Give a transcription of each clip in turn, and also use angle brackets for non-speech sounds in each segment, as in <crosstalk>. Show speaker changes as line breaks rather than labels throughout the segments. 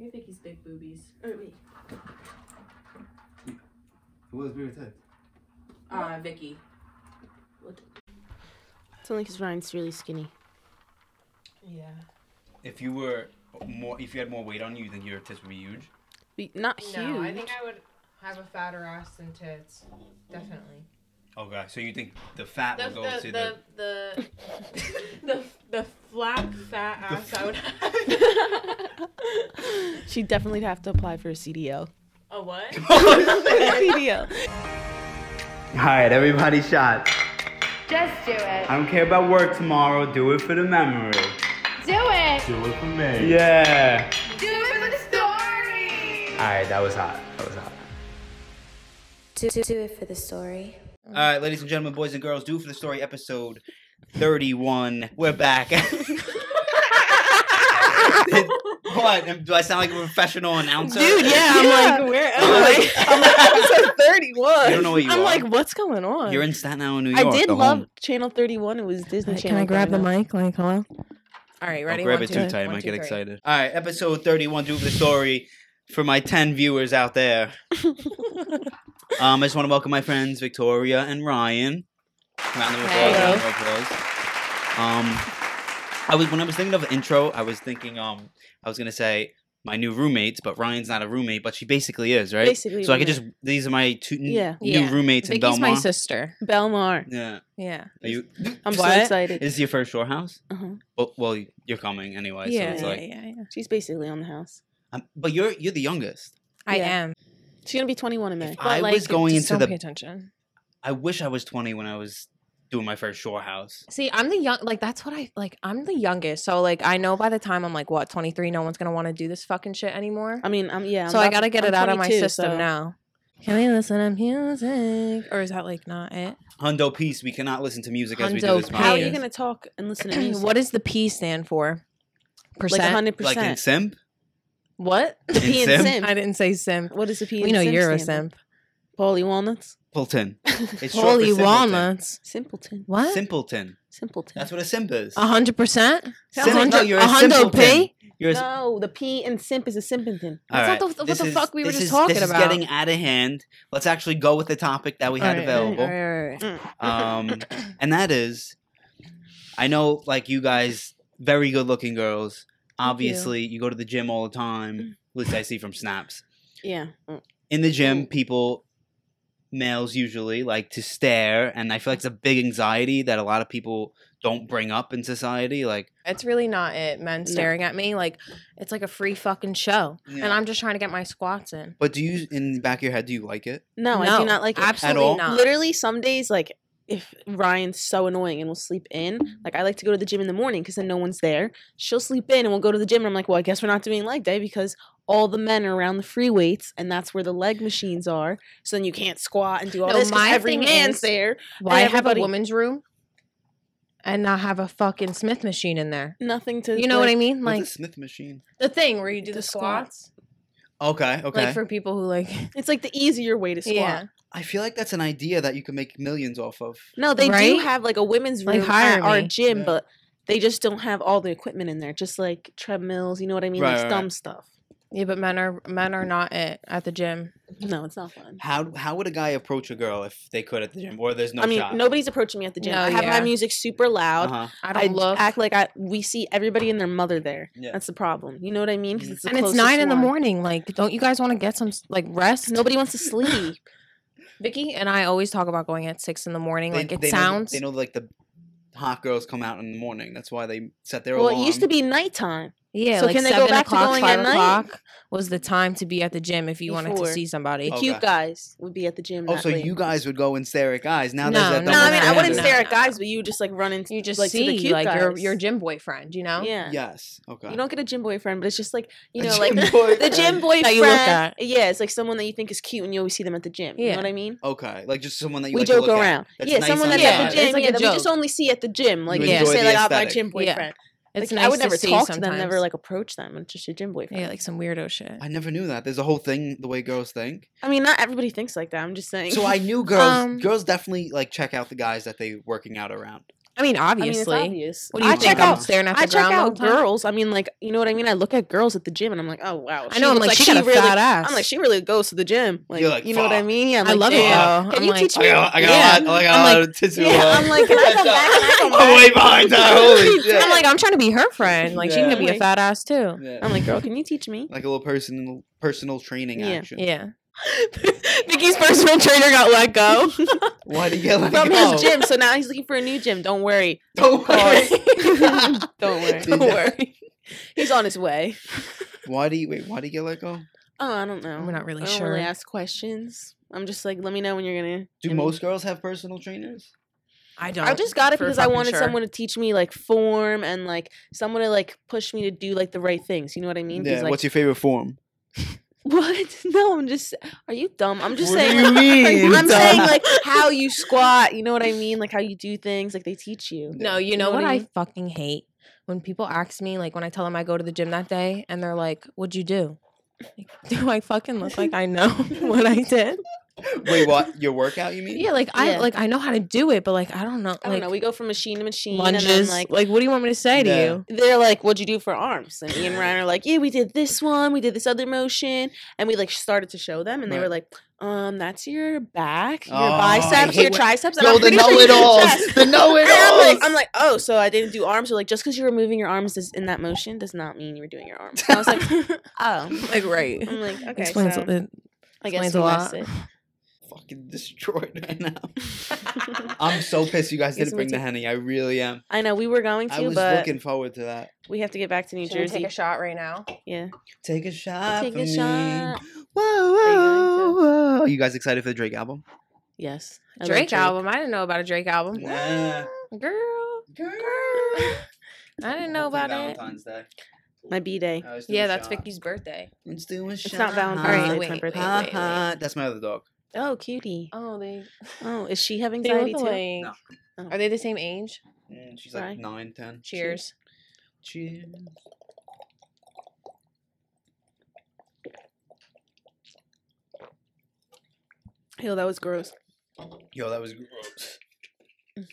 I think he's big boobies. Or wait,
Who was being attacked?
uh, Vicky.
It's only because Ryan's really skinny.
Yeah.
If you were more, if you had more weight on you, then your tits would be huge.
We- Not huge.
No, I
<laughs>
think I would have a fatter ass than tits. Definitely.
Okay, Oh, so you think the fat
The
would go to
the
the,
the the the, the flat fat ass I would have.
<laughs> she definitely would have to apply for a CDL.
a what?
CDL.
All right, everybody shot.
Just do it.
I don't care about work tomorrow. Do it for the memory.
Do it.
Do it for me.
Yeah.
Do it for the story.
All right, that was hot. That was hot.
Do, do, do it for the story.
All right, ladies and gentlemen, boys and girls, do for the story episode 31. We're back. <laughs> what? Do I sound like a professional announcer?
Dude, yeah, I'm like, where am
I'm
I?
<laughs> like-
I'm like, episode 31.
You don't know where you
I'm
are.
like, what's going on?
<laughs>
You're in Staten Island, New York.
I did
the
love
home.
Channel 31. It was Disney
Can
Channel.
I grab the
growing up.
mic? Like, hello? All right,
Don't
ready?
grab
One,
it
two,
too tight. I
one,
might
two,
get
three.
excited. All right, episode 31, do for the story for my 10 viewers
<laughs>
out there. um, I just want to welcome my friends Victoria and Ryan. Round of applause.
Hello.
round of applause. Um, I was when I was thinking of an intro, I was thinking um, I was gonna say my new roommates, but Ryan's not a roommate, but she basically is, right?
Basically
so I could
roommate.
just these are my two n-
Yeah.
new
Yeah.
roommates in
Vicky's
Belmont.
my sister.
Belmar.
yeah,
Yeah.
are you? <laughs>
I'm
What?
so excited.
Is this your first shore house?
Uh-huh.
Well, well, you're coming anyway, so
yeah,
it's
yeah,
like,
yeah, yeah.
She's basically on the house.
um, but you're you're the youngest.
I
Yeah.
am.
She's gonna be 21 in May.
If I was going
Just
into
don't
the.
pay attention.
I wish I was 20 when I was doing my first shore house.
See, I'm the young like that's what I like I'm the youngest. So like I know by the time I'm like what, 23, no one's going to want to do this fucking shit anymore.
I mean, I'm yeah. I'm
so I
about
got to
to-
get
I'm
it out of my
22,
system
so-
now. Can we listen to music or is that like not it?
Hundo peace. We cannot listen to music as we do
Hundo
this podcast.
peace.
How are you gonna talk and listen
<clears throat>
to music?
what does the P stand for?
like
Percent.
100
Like in
percent?
<laughs>
simp?
what?
The P
in
and
sim?
sim.
I didn't say simp.
What is the P?
We
in
know
sim
you're a
stand
simp.
for? Paulie Walnuts.
<laughs>
Simpleton. It's short for
Holy
simpleton.
walnuts.
Simpleton.
What?
Simpleton.
Simpleton.
That's what a simp is.
A hundred percent.
Simp-
Hundo-
no, you're a
a hundo
simpleton.
P?
You're a, s-
no, the P in simp is a simpington.
All
That's not the- what
This
the
is-
fuck we were
this
just
is-
talking
this is
about.
getting out of hand. Let's actually go with the topic that we had available. Um, and that is, I know, like you guys, very good-looking girls. Obviously, you. go to the gym all the time. At least I see from snaps.
Yeah. Mm.
In the gym, people, males usually like to stare, and I feel like it's a big anxiety that a lot of people don't bring up in society. Like,
It's really not it. Men
No.
staring at me like it's like a free fucking show, and I'm just trying to get my squats in.
but do you, in the back of your head, do you like it?
No, I
No,
do not like it.
Absolutely
all?
not.
Literally, some days like if Ryan's so annoying and will sleep in, like I like to go to the gym in the morning because then no one's there. She'll sleep in and we'll go to the gym. And I'm like, well, I guess we're not doing leg day because all the men are around the free weights and that's where the leg machines are. So then you can't squat and do all
No,
this 'cause
my
every
thing
man's
is-
there.
Why have a
everybody-
woman's room and not have a fucking Smith machine in there?
Nothing to
You know what I
like-
mean?
Like
Like
a Smith machine.
the thing where you do the,
The
squats,
Okay, okay.
like for people who like
It's like the easier way to squat.
yeah.
I feel like that's an idea that you can make millions off of.
No, they
Right?
do have like a women's
Like,
room
hire
at our
me.
gym,
Yeah.
but they just don't have all the equipment in there. Just like treadmills, you know what I mean?
Right,
like
right,
dumb
right.
stuff.
Yeah, but men are men are not it at the gym.
No, it's not fun.
How how would a guy approach a girl if they could at the gym, or there's no
I mean,
shot?
nobody's approaching me at the gym.
No,
I have
yeah.
my music super loud.
Uh-huh.
I
I
don't look,
act like I we see everybody and their mother there.
Yeah. Mm-hmm.
That's the problem. You know what I mean? 'Cause the
and it's
closest
nine in the
one.
morning. Like, don't you guys want to get some s- like rest?
Nobody wants to sleep.
<laughs>
Vicky and I always talk about going at six in the morning. like it
know-
sounds.
they know like the hot girls come out in the morning. That's why they set their
well,
alarm.
it used to be nighttime.
Yeah,
So
like
can they go
seven
back to
o'clock,
going
five
at night?
o'clock was the time to be at the gym if you wanted to
Before.
see somebody.
The
Okay.
cute guys would be at the gym.
Oh,
that
so
late.
you guys would go and stare at guys. Now
No,
there's that
no,
No,
double
I mean I wouldn't
standard.
No,
stare
no,
at guys, but you just like run into
You just
like, to the
see
cute
like
guys.
your your gym boyfriend, you know?
Yeah.
Yes. Okay.
You don't get a gym boyfriend, but it's just like you
A
know,
gym
like <laughs> the
boyfriend.
gym boyfriend.
That you look at.
Yeah, it's like someone that you think is cute, and you always see them at the gym. You
Yeah.
know what I mean?
Okay, like just someone that you
we
like to
joke
look at.
around.
That's
yeah,
nice
someone
on
that's
you.
at
Yeah,
the
it's
gym.
like
yeah,
a
that we just
joke.
only see at the gym. Like
You
you
enjoy
say,
the
like, oh, my
aesthetic.
gym
Yeah.
boyfriend.
It's
like,
nice
I would
to
never
see
talk to them,
sometimes.
never like approach them. It's just your gym boyfriend.
Yeah, like some weirdo shit.
I never knew that. There's a whole thing the way girls think.
I mean, not everybody <laughs> thinks like that. I'm just saying.
So I knew girls.
Um,
girls definitely like check out the guys that they working out around.
I mean, obviously.
I mean, it's obvious.
What do you
I
think?
check
I'm
out.
staring at the
I check
ground the whole
out
time?
girls. I mean, like you know what I mean. I look at girls at the gym, and I'm like, oh wow.
I know. I'm
looks
like, she, got a
really,
fat ass.
I'm like, she really goes to the gym. Like,
You're like,
you know what I
fuck.
mean? Yeah, I'm
I
like,
love it
damn.
though.
Can
I'm
you
like,
teach
I
me?
got, I got a lot. I got
I'm
a lot
like-
of
<laughs>
tissue.
yeah,
uh,
I'm like, can
<laughs>
I come back? Can I <laughs> come
I'm
back?
way behind
<laughs>
that. Holy shit.
I'm like, I'm trying to be her friend. Like, she's
Yeah.
gonna be a
Like-
fat ass too.
Yeah.
I'm like, girl, can you teach me?
like a little personal personal training
Yeah. <laughs>
action.
Yeah. Vicky's personal trainer got
<laughs>
let go.
Why do you get like
From
oh,
his gym, so now he's looking for a new gym. Don't
<laughs>
worry,
Don't worry.
don't worry,
Don't
worry. He's on his way.
Why do you wait? Why do you get let go?
Oh, I don't know.
We're not really
I don't
sure.
Really ask questions. I'm just like, let me know when you're gonna. I
Do
mean-
most girls have personal trainers?
I don't.
I just got it
for
because I
fucking
wanted
sure.
someone to teach me like form and like someone to like push me to do like the right things. You know what I mean? 'Cause,
Yeah.
Like,
What's your favorite form?
<laughs> what? No, I'm just. Are you dumb? I'm just
What do
saying.
<laughs> you
like-
mean,
I'm
dumb?
saying like how you squat. You know what I mean? Like how you do things. Like they teach you.
No, you
know
know
what
what
I
I
mean?
fucking hate when people ask me, like when I tell them I go to the gym that day, and they're like, "What'd you do?" Like, <laughs> do I fucking look like I know <laughs> what I did?
Wait, what? Your workout? You mean?
Yeah, like I
Yeah.
like I know how to do it, but like I don't know. Like,
I don't know. We go from machine to machine. And then,
lunges.
like
Like, what do you want me to say to
Yeah.
you?
they're like, "What'd you do for arms?" And me and Ryan are like, "Yeah, we did this one, we did this other motion," and we like started to show them, and they were like, "Um, that's your back, your
Oh, I
biceps,
hate
your
when-
triceps." And
Yo,
I'm
the
pretty sure you did chest."
know-it-alls. <laughs> The
And I'm
know-it-alls.
like, I'm like, oh, so I didn't do arms. They're like, just because you're moving your arms is- in that motion does not mean you were doing your arms. And I was like,
<laughs>
oh,
Like, right. <laughs>
I'm <laughs> like, okay,
Explains
so
a it.
I guess
explains
we
a
lost
lot.
it.
fucking destroyed
<laughs>
right now. <laughs> I'm so pissed you guys
Yes,
didn't
me
bring the
too.
henny. I really am.
I know we were going
I
to,
was
but
looking forward to that.
we have to get back to New Jersey.
shot right now?
yeah,
Take a shot.
Take
for
a
me.
shot.
Whoa,
you
whoa,
going
whoa. You guys excited for the Drake
<gasps>
album?
yes, I love
Drake, album. I didn't know about a Drake album.
Yeah.
Girl.
Girl.
I didn't know about it.
Valentine's Day.
My b day.
Uh, let's do
Yeah,
a
that's
shot.
Vicky's birthday.
Let's do a shot.
not Valentine's
Alright,
Day. it's
wait,
my
wait,
birthday.
Ha,
wait,
ha. Uh-huh. That's my other dog.
Oh, cutie.
Oh, they
Oh, is she having
they
anxiety
look
too?
alike.
No.
Are they the same age?
Mm, she's
Right.
like nine, ten.
Cheers.
Cheers.
Yo, that was gross.
Yo, that was gross.
Mm.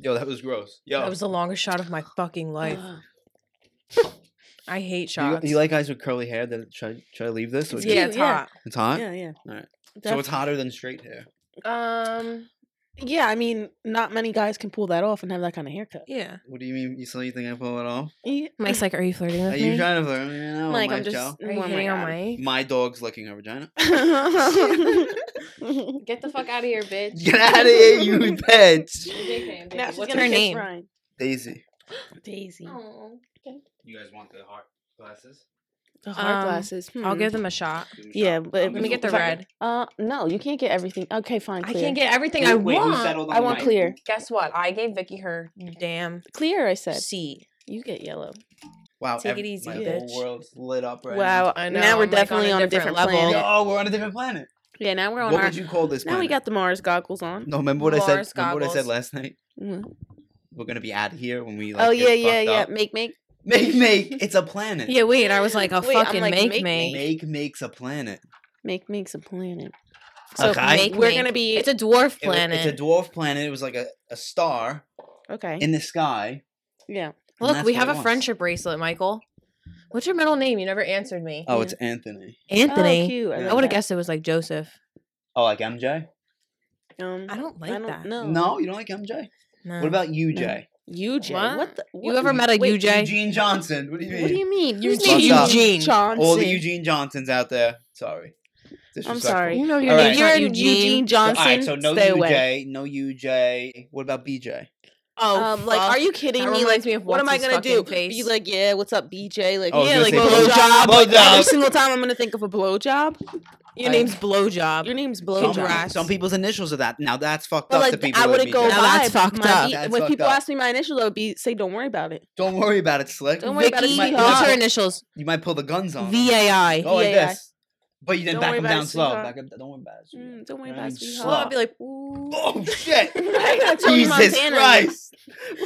Yo, that was gross. Yo,
That was the longest shot of my fucking life.
Ugh.
I hate
you,
shots.
you like guys with curly hair? That should I, should I leave this? or
It's
just-
yeah, it's
Yeah.
hot.
it's hot.
Yeah, yeah.
Alright. So
Def-
it's hotter than straight hair.
Um,
yeah, I mean, not many guys can pull that off and have that kind of haircut.
yeah.
What do you mean? You so you think I pull it off?
Yeah.
Mike's like, are you flirting with
Are
me?
you trying to flirt? with me right now,
Like,
Mike
I'm just.
Oh Joe?
are you Oh hitting on Mike?
My dog's licking
<laughs>
her vagina.
<laughs>
now
Get the fuck out of here, bitch.
Get out of
<laughs>
here, you bitch.
she's
What's
gonna
her
kiss
name? Oh.
Ryan.
Daisy.
Daisy.
You guys want the heart glasses?
The hard
Um,
glasses.
I'll
hmm.
give them a shot.
Yeah, but
Let me get the
if I-
red.
Uh, no, you can't get everything. Okay, fine.
I
Clear.
can't get everything I
Wait, who
want.
settled on
I want
white?
clear.
Guess what? I gave Vicky her damn
Clear. I said.
C.
You get yellow.
Wow,
Take
ev-
it easy,
my
bitch.
whole world's lit up right
wow.
I
Now
know,
we're
I'm, like, on a
definitely on a different,
different level.
now.
planet.
No, oh, we're on a different planet.
Yeah, now we're on
What
our.
would you call this?
Now we
planet?
got the Mars goggles on.
No, remember what I
Mars
said. Remember what I said
goggles.
last night.
Mm.
We're gonna be out of here when we. Like,
oh yeah,
get
yeah,
fucked
yeah.
up.
Make make. <laughs>
Make make. It's a planet.
Yeah, wait. I was like, a
Wait, I'm
fucking
like,
make,
make me.
make
Make makes a planet.
Make makes a planet.
So
Okay.
make
We're
make.
gonna be-
It's a dwarf
It wa-
planet.
it's a dwarf planet. It was like a, a star
Okay.
in the sky.
yeah.
and
Look,
that's
we
what
have
it
a
wants.
friendship bracelet, Michael. What's your middle name? You never answered me.
Oh, it's Anthony.
Anthony.
Oh, cute.
I
I would have
that.
guessed it was like Joseph.
Oh, like MJ?
Um,
I don't like
I don't
that.
know.
No, you Mm-hmm. don't like MJ.
No.
What about UJ?
UJ. What?
What?
the,
you
what-
ever met a
wait,
UJ?
Eugene Johnson. What do you mean?
What do you mean?
Who's
named
Eugene?
Johnson.
All the Eugene Johnsons out there. Sorry.
I'm
Disrespectful.
sorry.
You know your
All
name's
right.
not
You're Eugene,
Eugene.
So, all
Johnson.
right, so no
stay
UJ,
away.
no UJ. What about BJ?
Oh,
um, like,
fuck.
are you kidding
That
me? Like,
reminds me of
what am I
Watson's
gonna do?
fucking face.
Be like, yeah, what's up, BJ? Like,
I was
yeah,
gonna
like
say
blowjob.
blowjob.
Like, every
Blowjob.
single time I'm gonna think of a blowjob.
Your
I-
name's blowjob.
Your name's
Some,
blowjob.
Congrats.
some people's initials are that. Now that's fucked
But
up to
like,
people.
I
that
wouldn't
beat
go
that.
Now
by
that's fucked
my
up.
B-
That's
when
fucked
people
up.
ask me my initial, I'll be say, "Don't worry about it."
Don't worry about it, slick.
Don't worry about it,
Vicky,
sweetheart.
what's her initials?
You might pull the guns on. 'em.
V A I.
Go like
VAI.
this. But you didn't
Don't
back
worry
him
about it,
down slow.
sweetheart.
Back up. Don't worry about it. sweetheart.
Mm, don't worry
Right,
about it,
and
Well,
sweetheart.
slow.
I'd be like,
<laughs>
ooh.
Oh shit!
I told you
Jesus
Montana.
Christ,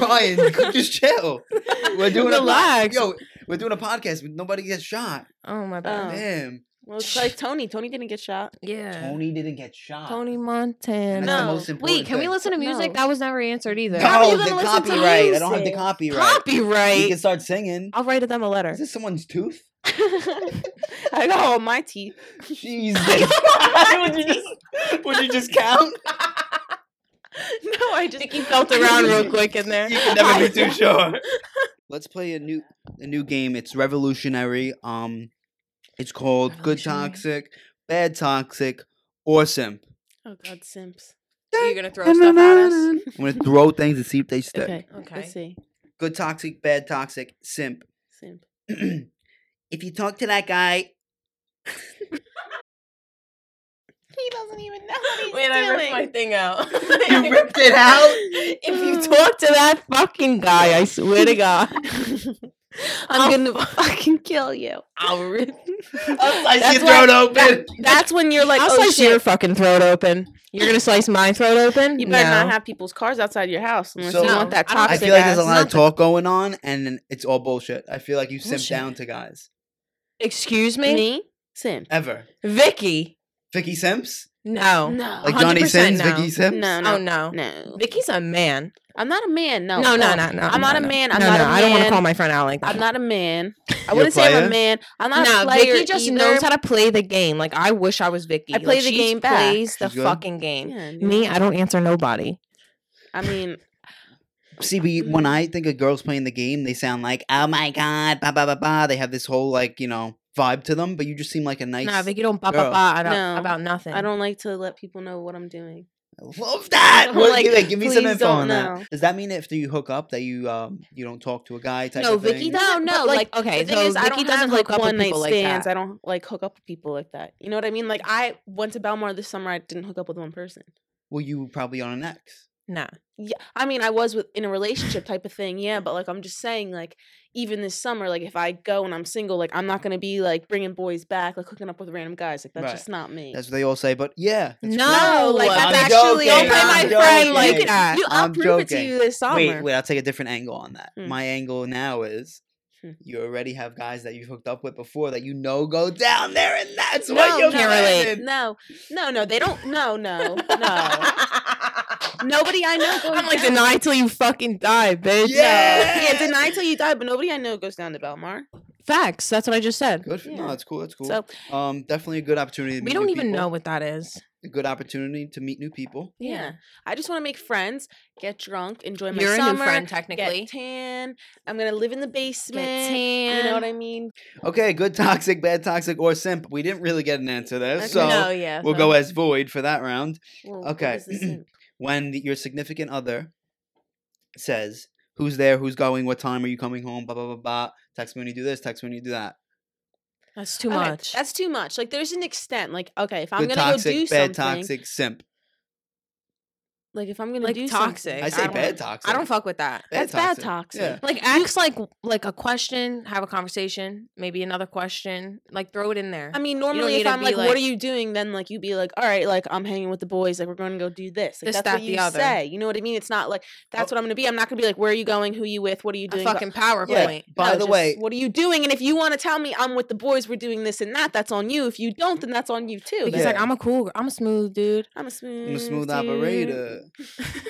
Ryan, could just chill.
<laughs>
We're doing a
Relax.
Yo, we're doing a podcast. But nobody gets shot.
Oh my
Oh.
bad.
Damn.
Well, it's like Tony. Tony didn't get <laughs> shot.
Yeah.
Tony didn't get shot.
Tony
That's
Montana.
the
No.
most important
Wait, can we
thing.
listen to music?
No.
That was never answered either.
How are you
No,
gonna
the
listen to
copyright. I don't have the
music?
copyright. You
Copyright.
can start singing.
I'll write them a letter.
Is this someone's tooth?
I got all my <laughs> teeth.
Jesus. <laughs> would, you just, would you just <laughs> count?
no, I just he felt
<laughs>
around real quick in there.
You can never be <laughs> too sure. Let's play a new a new game. It's revolutionary. Um, it's called Good
Revolutionary.
Toxic, Bad Toxic, or Simp.
Oh God, simps.
You're gonna throw stuff at us.
I'm gonna
<laughs>
throw things and see if they stick.
Okay. Okay.
Okay.
Let's see.
Good Toxic, Bad Toxic, Simp. <clears throat>
Simp.
if you talk to that <laughs> guy,
He doesn't even know what he's
thing
<laughs>
out. <laughs>
you ripped it out.
if you talk to that fucking guy, I swear to God, I'm gonna fucking kill you. I'll
<laughs>
rip.
I'll slice
That's
your throat open.
That's when you're <laughs> like,
I'll
oh
slice
shit.
your fucking throat open. You're gonna slice my throat open.
You better
No.
not have people's cars outside your house unless
So-
you want that
I don't-
I
toxic.
feel like there's a
ass.
lot of talk going on, and then it's all bullshit. I feel like you simp
Bullshit.
down to guys.
Excuse me,
Me, simp.
Ever.
Vicky.
Vicky Simps?
No.
No.
Like Johnny
100%
Sins,
no.
Vicky Simps?
no,
Oh
no,
no.
no.
Vicky's a man.
I'm not a man. No,
No, no, no,
fuck.
no.
I'm
no,
not a
no.
man, I'm
no,
not
no,
a
I don't want to
man.
call my friend out like that.
I'm not a man. I
a
wouldn't say I'm
player?
a man. I'm not a
no,
player.
Vicky just
either.
knows how to play the game. Like I wish I was Vicky.
I play
Like,
the
she
game back.
Plays the
She's good.
fucking game.
Yeah, dude.
Me, I don't answer nobody.
I mean,
See, we, when I think of girls playing the game, they sound like, oh my god, ba ba ba ba. They have this whole, like, you know, vibe to them, but you just seem like a nice.
Nah, Vicky don't ba
Girl.
ba ba about-
No.
about nothing.
I don't like to let people know what I'm doing.
I love that.
I'm <laughs>
What,
like,
give, me- give me some
please
info
don't
on
know.
that. Does that mean after you hook up that you um you don't talk to a guy type
No,
of thing?
Vicky
does.
doesn't.
No,
No,
no,
like,
like, okay,
the thing
so
is, I
Vicky
don't have
doesn't
like
hook up with
one night
people like
stands.
that.
I don't like hook up with people like that. You know what I mean? Like I went to Belmar this summer. I didn't hook up with one person.
Well, you were probably on an ex.
Nah.
Yeah, I mean, I was with in a relationship type of thing, yeah. But like, I'm just saying, like, even this summer, like, if I go and I'm single, like, I'm not gonna be like bringing boys back, like hooking up with random guys. Like, that's
Right.
just not me.
That's what they all say, but yeah. it's
No,
cool.
no, like
I'm
that's
joking,
actually
Don't play
I'm
my
joking.
friend like
you can,
that.
You, I'll
I'm
prove it to
joking.
you this summer.
Wait, wait, I'll take a different angle on that.
Hmm.
My angle now is
Hmm.
you already have guys that you've hooked up with before that you know go down there, and that's
No,
what
no,
you
can't relate.
planning.
no, no, no, they don't. No, no, no. Nobody I know goes.
I'm like
down.
deny till you fucking die, bitch.
Yeah.
Yeah, deny till you die, but nobody I know goes down to Belmar.
Facts. That's what I just said.
<laughs> Good. For,
Yeah.
No, that's cool. That's cool.
So
um, definitely a good opportunity. To
We
meet
don't
new
even
people,
know what that is.
A good opportunity to meet new people.
yeah, I just want to make friends, get drunk, enjoy my
You're a new
summer,
friend
get
technically.
tan. I'm gonna live in the basement. You
tan.
know what I mean?
Okay, good toxic, bad toxic, or simp. We didn't really get an answer there,
Okay.
Oh, so
no, yeah.
we'll
no.
go as void for that round.
Well,
Okay.
What is Oh
<clears throat>
this in-
When your significant other says, "Who's there? Who's going? What time are you coming home?" Blah blah blah blah. Text me when you do this. Text me when you do that.
That's too
Okay,
much.
That's too much. Like, there's an extent. Like, okay, if I'm
good
gonna
toxic,
go do
bad
something,
toxic, simp.
like if I'm gonna
like
do
toxic.
something,
I say
don't-
bad toxic.
I don't fuck with that.
Bad
that's bad toxic.
Yeah.
Like ask like like a question, have a conversation, maybe another question, like throw it in there.
I mean, normally
need
if
to
I'm
be
like, "What
like-
are you doing?" Then like you'd be like, "All right, like I'm hanging with the boys. Like we're going to go do this." Like,
This,
that's
that,
what
the
you
other.
say. You know what I mean? It's not like that's what I'm going to be. I'm not going to be like, "Where are you going? Who you with? What are you
a
doing?" But-
fucking PowerPoint.
By
no,
the
just,
way,
what are you doing? And if you want to tell me I'm with the boys, we're doing this and that, that's on you. If you don't, then that's on you too.
Because
That's-
like
Yeah.
I'm a cool, girl. I'm a smooth dude.
I'm a smooth,
I'm a smooth
dude.
operator.
<laughs>
<laughs>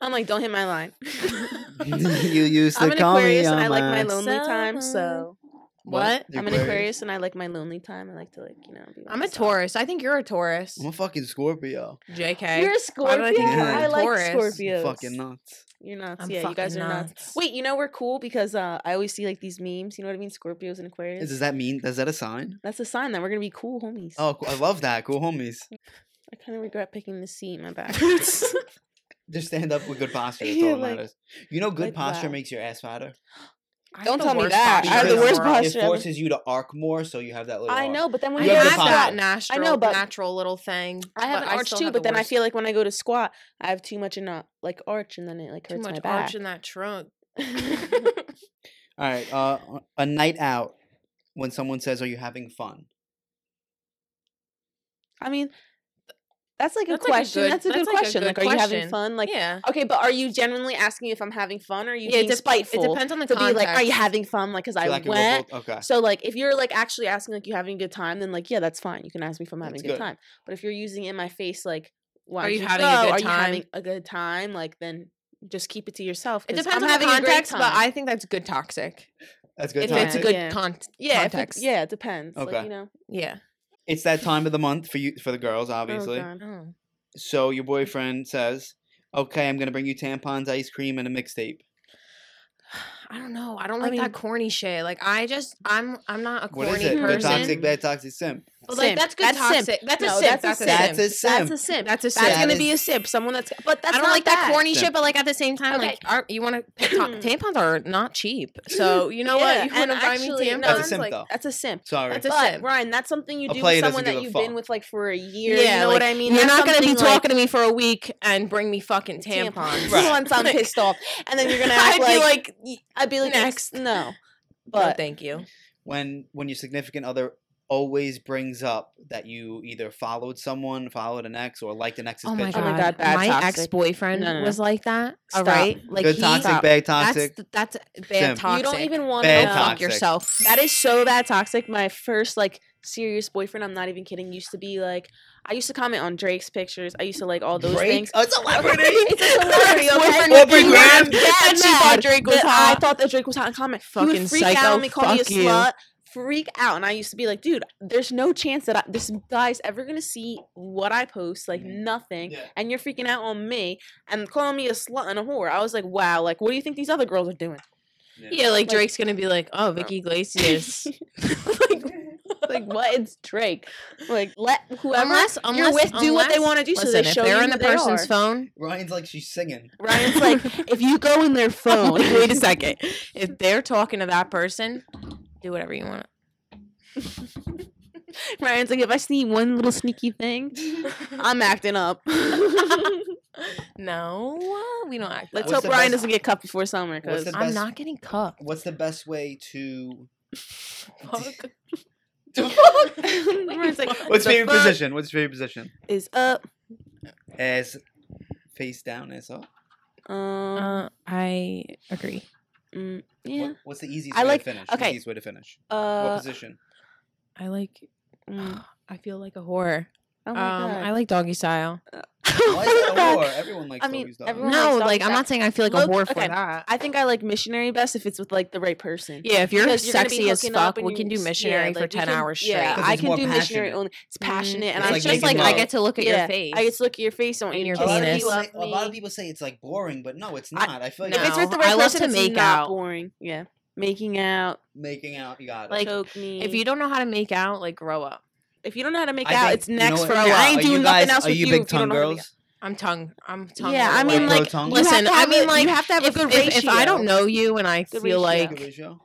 I'm like, don't hit my line. <laughs>
you used to
I'm an
call me
Aquarius and
on
I like my
my
lonely time, so
What?
The
I'm an Aquarius and I like my lonely time. I like to like, you know, be by
I'm a
myself.
Taurus. I think you're a Taurus.
I'm a fucking Scorpio.
JK.
You're a
Why did
Scorpio.
I think
you were a
I like
Taurus?
You
Scorpios.
fucking nuts.
You're nuts.
I'm
yeah, you guys are
fucking
nuts.
nuts.
Wait, you know we're cool because uh, I always see like these memes. You know what I mean? Scorpios and Aquarius.
Does that mean? Is that a sign?
That's a sign that we're gonna be cool homies.
Oh, cool. I love that.
<laughs>
Cool homies.
I kind of regret picking the seat. My
<laughs>
bad.
Just stand up with good
<laughs>
posture. That's
Yeah,
all that
like-
matters. You know, good
like
posture
wow.
makes your ass fatter.
I have
Don't
the
tell me
worst
that. I have the
posture in
worst
world.
posture
It
ever.
forces you to arc more, so you have that little.
<laughs> I
arc.
know, but then
I
when
You
you
have
have
the posture.
that
that,
natural,
know, but-
natural little thing.
I have
but
an arch
still
too.
have
But
the
then I
worst-
feel like when I go to squat, I have too much in a like arch, and then it like
too
hurts
much
my back.
arch in that trunk.
<laughs>
<laughs>
All right, uh, a night out when someone says, "Are you having fun?"
I mean, That's like a
That's like a
question.
good-
that's a good
that's like a
question.
good
like, are you having
question.
fun? Like,
yeah.
okay, but are you genuinely asking if I'm having fun, or are you
Yeah, it,
being
dep-
spiteful?
it depends on the
to
context.
be like, are you having fun? Like, cause I
So that could go
went.
both- Okay.
So like, if you're like actually asking like you having a good time, then like yeah, that's fine. You can ask me if I'm having
That's
a good,
good.
time. But if you're using it in my face like, why
Are
don't
you having a
go?
good
Are
time?
you having a good time? Like then just keep it to yourself.
It
'cause I'm
depends on
having
the
a great
context, but
time.
I think that's good toxic.
That's good.
if
time.
it's a
toxic.
good
Yeah.
con-
yeah, if it-
context.
yeah, it depends.
Okay.
Like you know,
Yeah.
It's that time of the month for you for the girls,
Oh,
obviously.
God.
so your boyfriend says, "Okay, I'm gonna bring you tampons, ice cream, and a mixtape."
I don't know. I don't like
mean-
that corny shit. Like I just I'm I'm not a
What
corny
is it?
person.
Good toxic, bad toxic simp.
But like
Simp.
that's good
That's simp.
toxic. That's a
No,
simp.
that's a
That's a simp.
That's a simp.
That's a
That's
simp.
That
gonna
is-
be a simp. Someone that's but that's
I don't
not
like that
bad.
corny
Simp.
shit, but like at the same time,
Okay.
like are, you want
<clears throat>
to tampons are not cheap. So you know
Yeah,
what? You want
and
to buy me
actually-
tampons?
no,
That's a
it's
simp,
like-
though.
That's a simp.
Sorry.
That's a
but
simp.
Ryan, that's something you
A
do
player
with
doesn't
someone
give
that
a
you've
fuck.
been with like for a year.
Yeah,
you know what
like,
I mean?
You're
That's
not gonna be
something, like,
talking to me for a week and bring me fucking tampons. <laughs>
Right.
Once I'm pissed off, and then you're gonna act
I'd
like,
be like,
I'd be like
next.
No,
<laughs> no,
but
thank you.
when when your significant other always brings up that you either followed someone, followed an ex, or liked an ex's
Oh my
picture.
god,
Oh my God, bad
my
toxic.
ex boyfriend
No, no, no.
was like that. All
Stop.
right, like
Good
he,
toxic,
Stop.
bad
That's
toxic.
that's
Simp.
bad toxic.
you don't even want
Bad
to
Go
know.
toxic.
fuck yourself.
That is so bad toxic. My first like serious boyfriend, I'm not even kidding, used to be like I used to comment on Drake's pictures. I used to like all those
Drake?
things.
A
<laughs>
celebrity.
It's a celebrity, okay?
Boyfriend
Aubrey
Nicki
Graham.
Minaj said she thought Drake was
that
hot.
I thought that Drake was hot in comment. he
Fucking
would freak
psycho,
out on me, call me a
fuck you.
slut, freak out. And I used to be like, dude, there's no chance that I, this guy's ever gonna see what I post, like
Mm-hmm.
Mhm.
nothing.
Yeah.
And you're freaking out on me and calling me a slut and a whore. I was like, wow, like what do you think these other girls are doing? <laughs>
Yeah, like
Like-
Drake's gonna be like, oh, Vicky <laughs> Glacius. like,
Like what? It's Drake. Like let whoever
unless, unless
you're with do what they want to do, so they
listen,
show
if they're
you
in
who
the
they
person's
are.
<laughs> phone.
Ryan's like she's singing.
Ryan's like, if you go in their phone,
<laughs> Wait a second. If they're talking to that person, do whatever you want.
Ryan's like, if I see one little sneaky
<laughs>
thing, I'm acting up. Let's
No, uh, we don't act.
What's
that
hope
the
way.
Ryan
best-
doesn't get cut before summer
What's
because
the
I'm
best-
not getting
<laughs>
cuffed.
What's the best way to?
Fuck.
<laughs>
<laughs> Ryan's like,
What's
"The
your favorite
fuck
position? What's your favorite position?
Is up.
As face down, as up.
Um,
Uh, I agree.
mm, yeah.
What, what's the easiest
I
way
like-
to finish?
okay.
Easiest way to finish. what
Uh,
position?
I like.
mm,
I feel like a whore.
oh
um,
my <laughs>
I
God.
like doggy style.
Why is
Oh
that
my
a
God.
war? Everyone likes
I mean,
Toby's dog.
everyone-
No,
likes doggy
like I'm
style.
not saying I feel like a
Look,
whore for
okay.
that.
I think I like missionary best if it's with like the right person.
Yeah, if you're
Because you're gonna be
sexy as
hooking up
fuck,
and
we
you-
can do
yeah,
missionary
like,
for
we
ten
can-
hours straight.
Yeah,
Because
I
it's
can
more
do missionary
passionate.
only. It's passionate, and
It's
I
like
Mm, it's
just
just
making
like I
love.
get to look at
yeah,
your face.
I get to look at your face. I want
and
you
your
to
a
kiss
lot,
me,
of
penis.
people,
love
say- a lot of
me.
people say it's like boring, but no, it's
I-
not. I, feel like
No.
If it's with the
I
right
love
person,
to
it's
make
not
out.
boring. Yeah, making out,
making out. You got it.
Like,
choke me.
If you don't know how to make out, like grow up.
if you don't know how to make
I
out,
think-
it's
you know
next
what-
for a
Yeah,
while. I
are
ain't doing
you
nothing
guys-
else
are
with
you
you.
big
if you don't
tongue
know how to
girls?
make
I'm tongue. I'm tongue.
Yeah, I
or
mean,
whatever.
pro
like,
tongue?
you have
listen.
to
I
have
mean,
a-
like
you have to have a
if,
good
if, if I
ratio.
don't know you and I
Good
feel
ratio.
Good
like
ratio.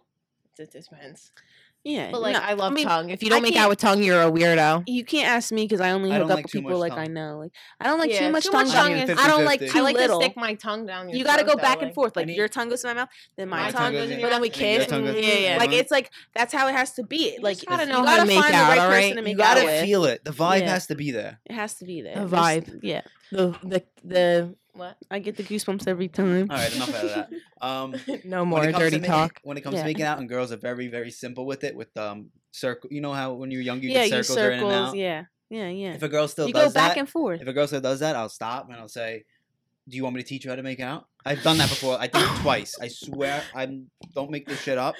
it depends.
out. Yeah,
But like
no,
I love
mean,
tongue. If you
I
don't make out
can't-
with tongue, you're a weirdo.
You can't ask me because I only
I
hook
don't
up
like
with
too
people
much
like I
tongue.
know. Like I don't like
Yeah,
too much
too
tongue.
much
I
tongue
mean,
is-
I don't like
50-50.
too
I like
little.
to stick my tongue down. Your
you got to
throat,
go
though,
back and
like-
forth. Like
need-
your tongue goes to my mouth, then my, tongue,
My tongue goes
and
in
then we
your- and
your
kiss.
tongue goes-
and- yeah, yeah. Like
Mhm.
it's like that's how it has to be. Like
just gotta
you
know how to
gotta
make
find
out,
the right
all
person
right?
to
You
make out
gotta
with.
feel it. The vibe
Yeah.
has to be there.
It has to be there.
The
There's-
vibe.
yeah,
the the the what?
I get the goosebumps every time.
All right, enough
<laughs>
out of that. Um,
<laughs> No
when it
more
comes to
dirty
making-
talk.
When it comes
Yeah.
to making out, and girls are very, very simple with it. With um, circle. You know how when you're young, you
yeah,
do
you
circles, are in and
circles.
out.
Yeah, yeah, yeah.
If a girl still
You go
does
back
that,
and forth.
if a girl still does that, I'll stop and I'll say, "Do you want me to teach you how to make out?" I've done that before. I did it twice. I swear, I'm don't make this shit up.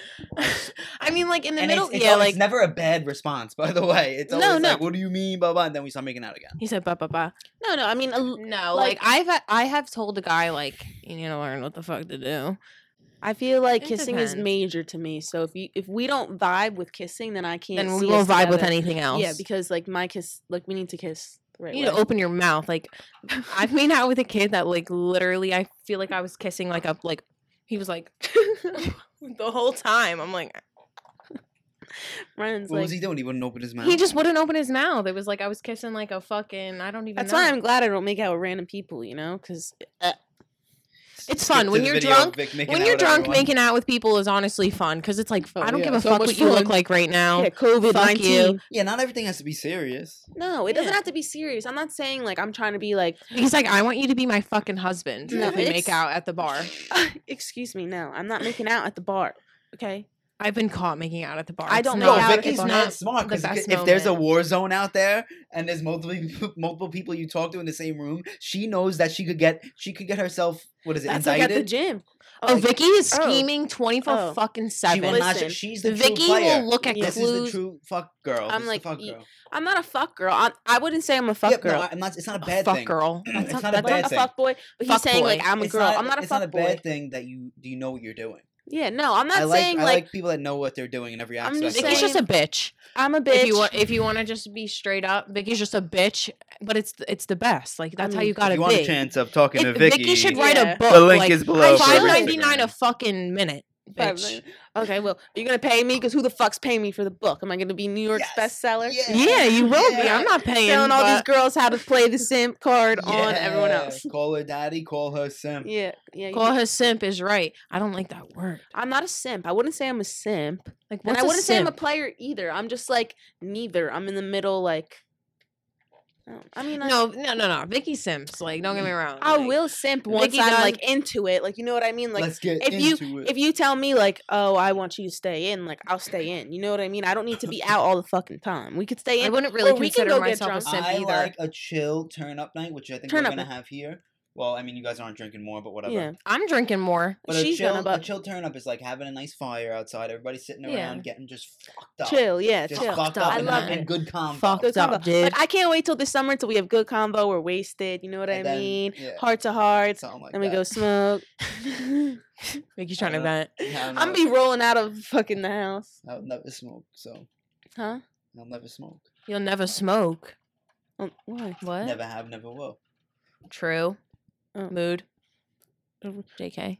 I mean, like in the
And
middle.
it's, it's
yeah,
al-
like
it's never a bad response, by the way. It's
No,
always
no.
like, "What do you mean?" Blah blah. And then we start making out again.
he said, ba ba ba.
No, no. I mean, a l-
No,
Like-
like, I've I have told a guy like you need to learn what the fuck to do.
I feel like
It
kissing is
depends.
major to me. So if you if we don't vibe with kissing, then I can't.
Then we
see
won't
us
vibe with
together.
anything else.
Yeah, because like my kiss, like we need to kiss. The right
you need
way.
to open your mouth. Like I've made out with a kid that like literally I feel like I was kissing like a like he was like <laughs> the whole time. I'm like
Ryan's
What
oh,
like,
was he doing? He wouldn't open his mouth.
he just wouldn't open his mouth. It was like I was kissing like a fucking I don't even
that's
know.
why I'm glad I don't make out with random people. You know, because
It's fun when you're drunk. When you're drunk, making out with people is honestly fun because it's like
Oh,
I don't
yeah,
give a
so
fuck
much
what you
fun.
look like right now.
Yeah, COVID
Fuck you.
nineteen.
Yeah, not everything has to be serious.
No, it doesn't
Yeah.
have to be serious. I'm not saying like I'm trying to be like, <laughs>
He's like, I want you to be my fucking husband.
No,
if we
it's-
make out at the bar.
excuse me. No, I'm not making out at the bar. Okay.
I've been caught making out at the bar.
I
It's
don't
not-
make
No,
out at
Vicky's
the
not,
bar.
smart
The
because if
best
there's a
moment.
war zone out there and there's multiple peop- multiple people you talk to in the same room, she knows that she could get she could get herself what is it
That's like at
indicted?
the gym.
Oh,
like,
Vicky is
oh,
scheming twenty four
oh.
fucking
she will
seven.
not.
Listen,
She's the
Vicky
true
will
player.
look at
this
clues.
is the true fuck girl.
I'm
This is
like,
the fuck
y-
girl.
I'm not a fuck girl. I'm, I wouldn't say I'm a fuck
Yeah,
girl.
No, I'm not. It's not a
A
bad
fuck
thing. <clears throat>
girl.
It's
That's not,
not a
that's
Like,
bad
I'm a
thing.
fuck boy, but he's
Fuck
saying like
boy.
I'm a
It's
girl. I'm not a
it's
fuck
not a
boy.
bad thing that you do you know what you're doing.
Yeah, no, I'm not
I like
saying
I
like,
like people that know what they're doing in every
I'm
aspect.
just
of it.
Vicky's just a bitch.
I'm a bitch.
If you want, if you want to just be straight up, Vicky's just a bitch. But it's it's the best. Like that's how
mean,
you gotta
if you want
be.
a chance of talking
If-
to Vicky,
should write
Mm. Yeah.
a book.
the link
like,
is below. for
Five
her
ninety nine a
Instagram.
fucking minute,
Five
bitch.
okay, well, you're gonna pay me because who the fuck's paying me for the book? Am I gonna be New York's
Yes.
bestseller?
Yeah.
Yeah, you will be.
Yeah.
I'm not paying.
Telling all these
but-
girls how to play the simp card on everyone
Yeah,
else.
Call her daddy. Call her simp.
Yeah, yeah. you
Call
do.
her simp is right. I don't like that word.
<laughs> I'm not a simp. I wouldn't say I'm a simp,
Like,
and
what's
I wouldn't say I'm a
simp?
player either. I'm just like neither. I'm in the middle. Like, I don't- I mean, I-
No, no, no, no. Vicky simps. Like, don't get me wrong.
I
like,
will simp once
Vicky
I'm
done-
like into it. Like, you know what I mean? Like,
Let's get
if you-
into it.
if you tell me like, oh, I want you to stay in, like I'll stay in. You know what I mean? I don't need to be out all the fucking time. We could stay
I
in.
wouldn't really
or we can
consider
go get
myself a
drunk.
simp
I
either.
like a chill turn up night, which I think
Turn
we're
up
gonna
night.
have here. Well, I mean, you guys aren't drinking more, but whatever.
Yeah,
I'm drinking more.
<laughs>
But
she's
a chill,
gonna,
a
but
chill turn up is like having a nice fire outside, everybody sitting around,
Yeah.
getting just fucked up,
chill. Yeah,
just
chill.
fucked
up.
up,
I
and,
love
and
it.
good combo.
Fuck
Good
up,
combo.
dude.
Like I can't wait till this summer till we have good combo. We're wasted. You know what
And
I
then-
mean?
yeah,
Heart to heart.
something like
Then we
that.
go smoke.
Vicky's trying to
Uh,
vent.
<laughs> Yeah, I'll
I'm
never-
be rolling out of fucking the house.
I'll never smoke, so
Huh?
I'll never smoke.
You'll never smoke.
Um, why?
What?
Never have, never will.
True.
Oh.
Mood. Mm-hmm.
Oh.
JK.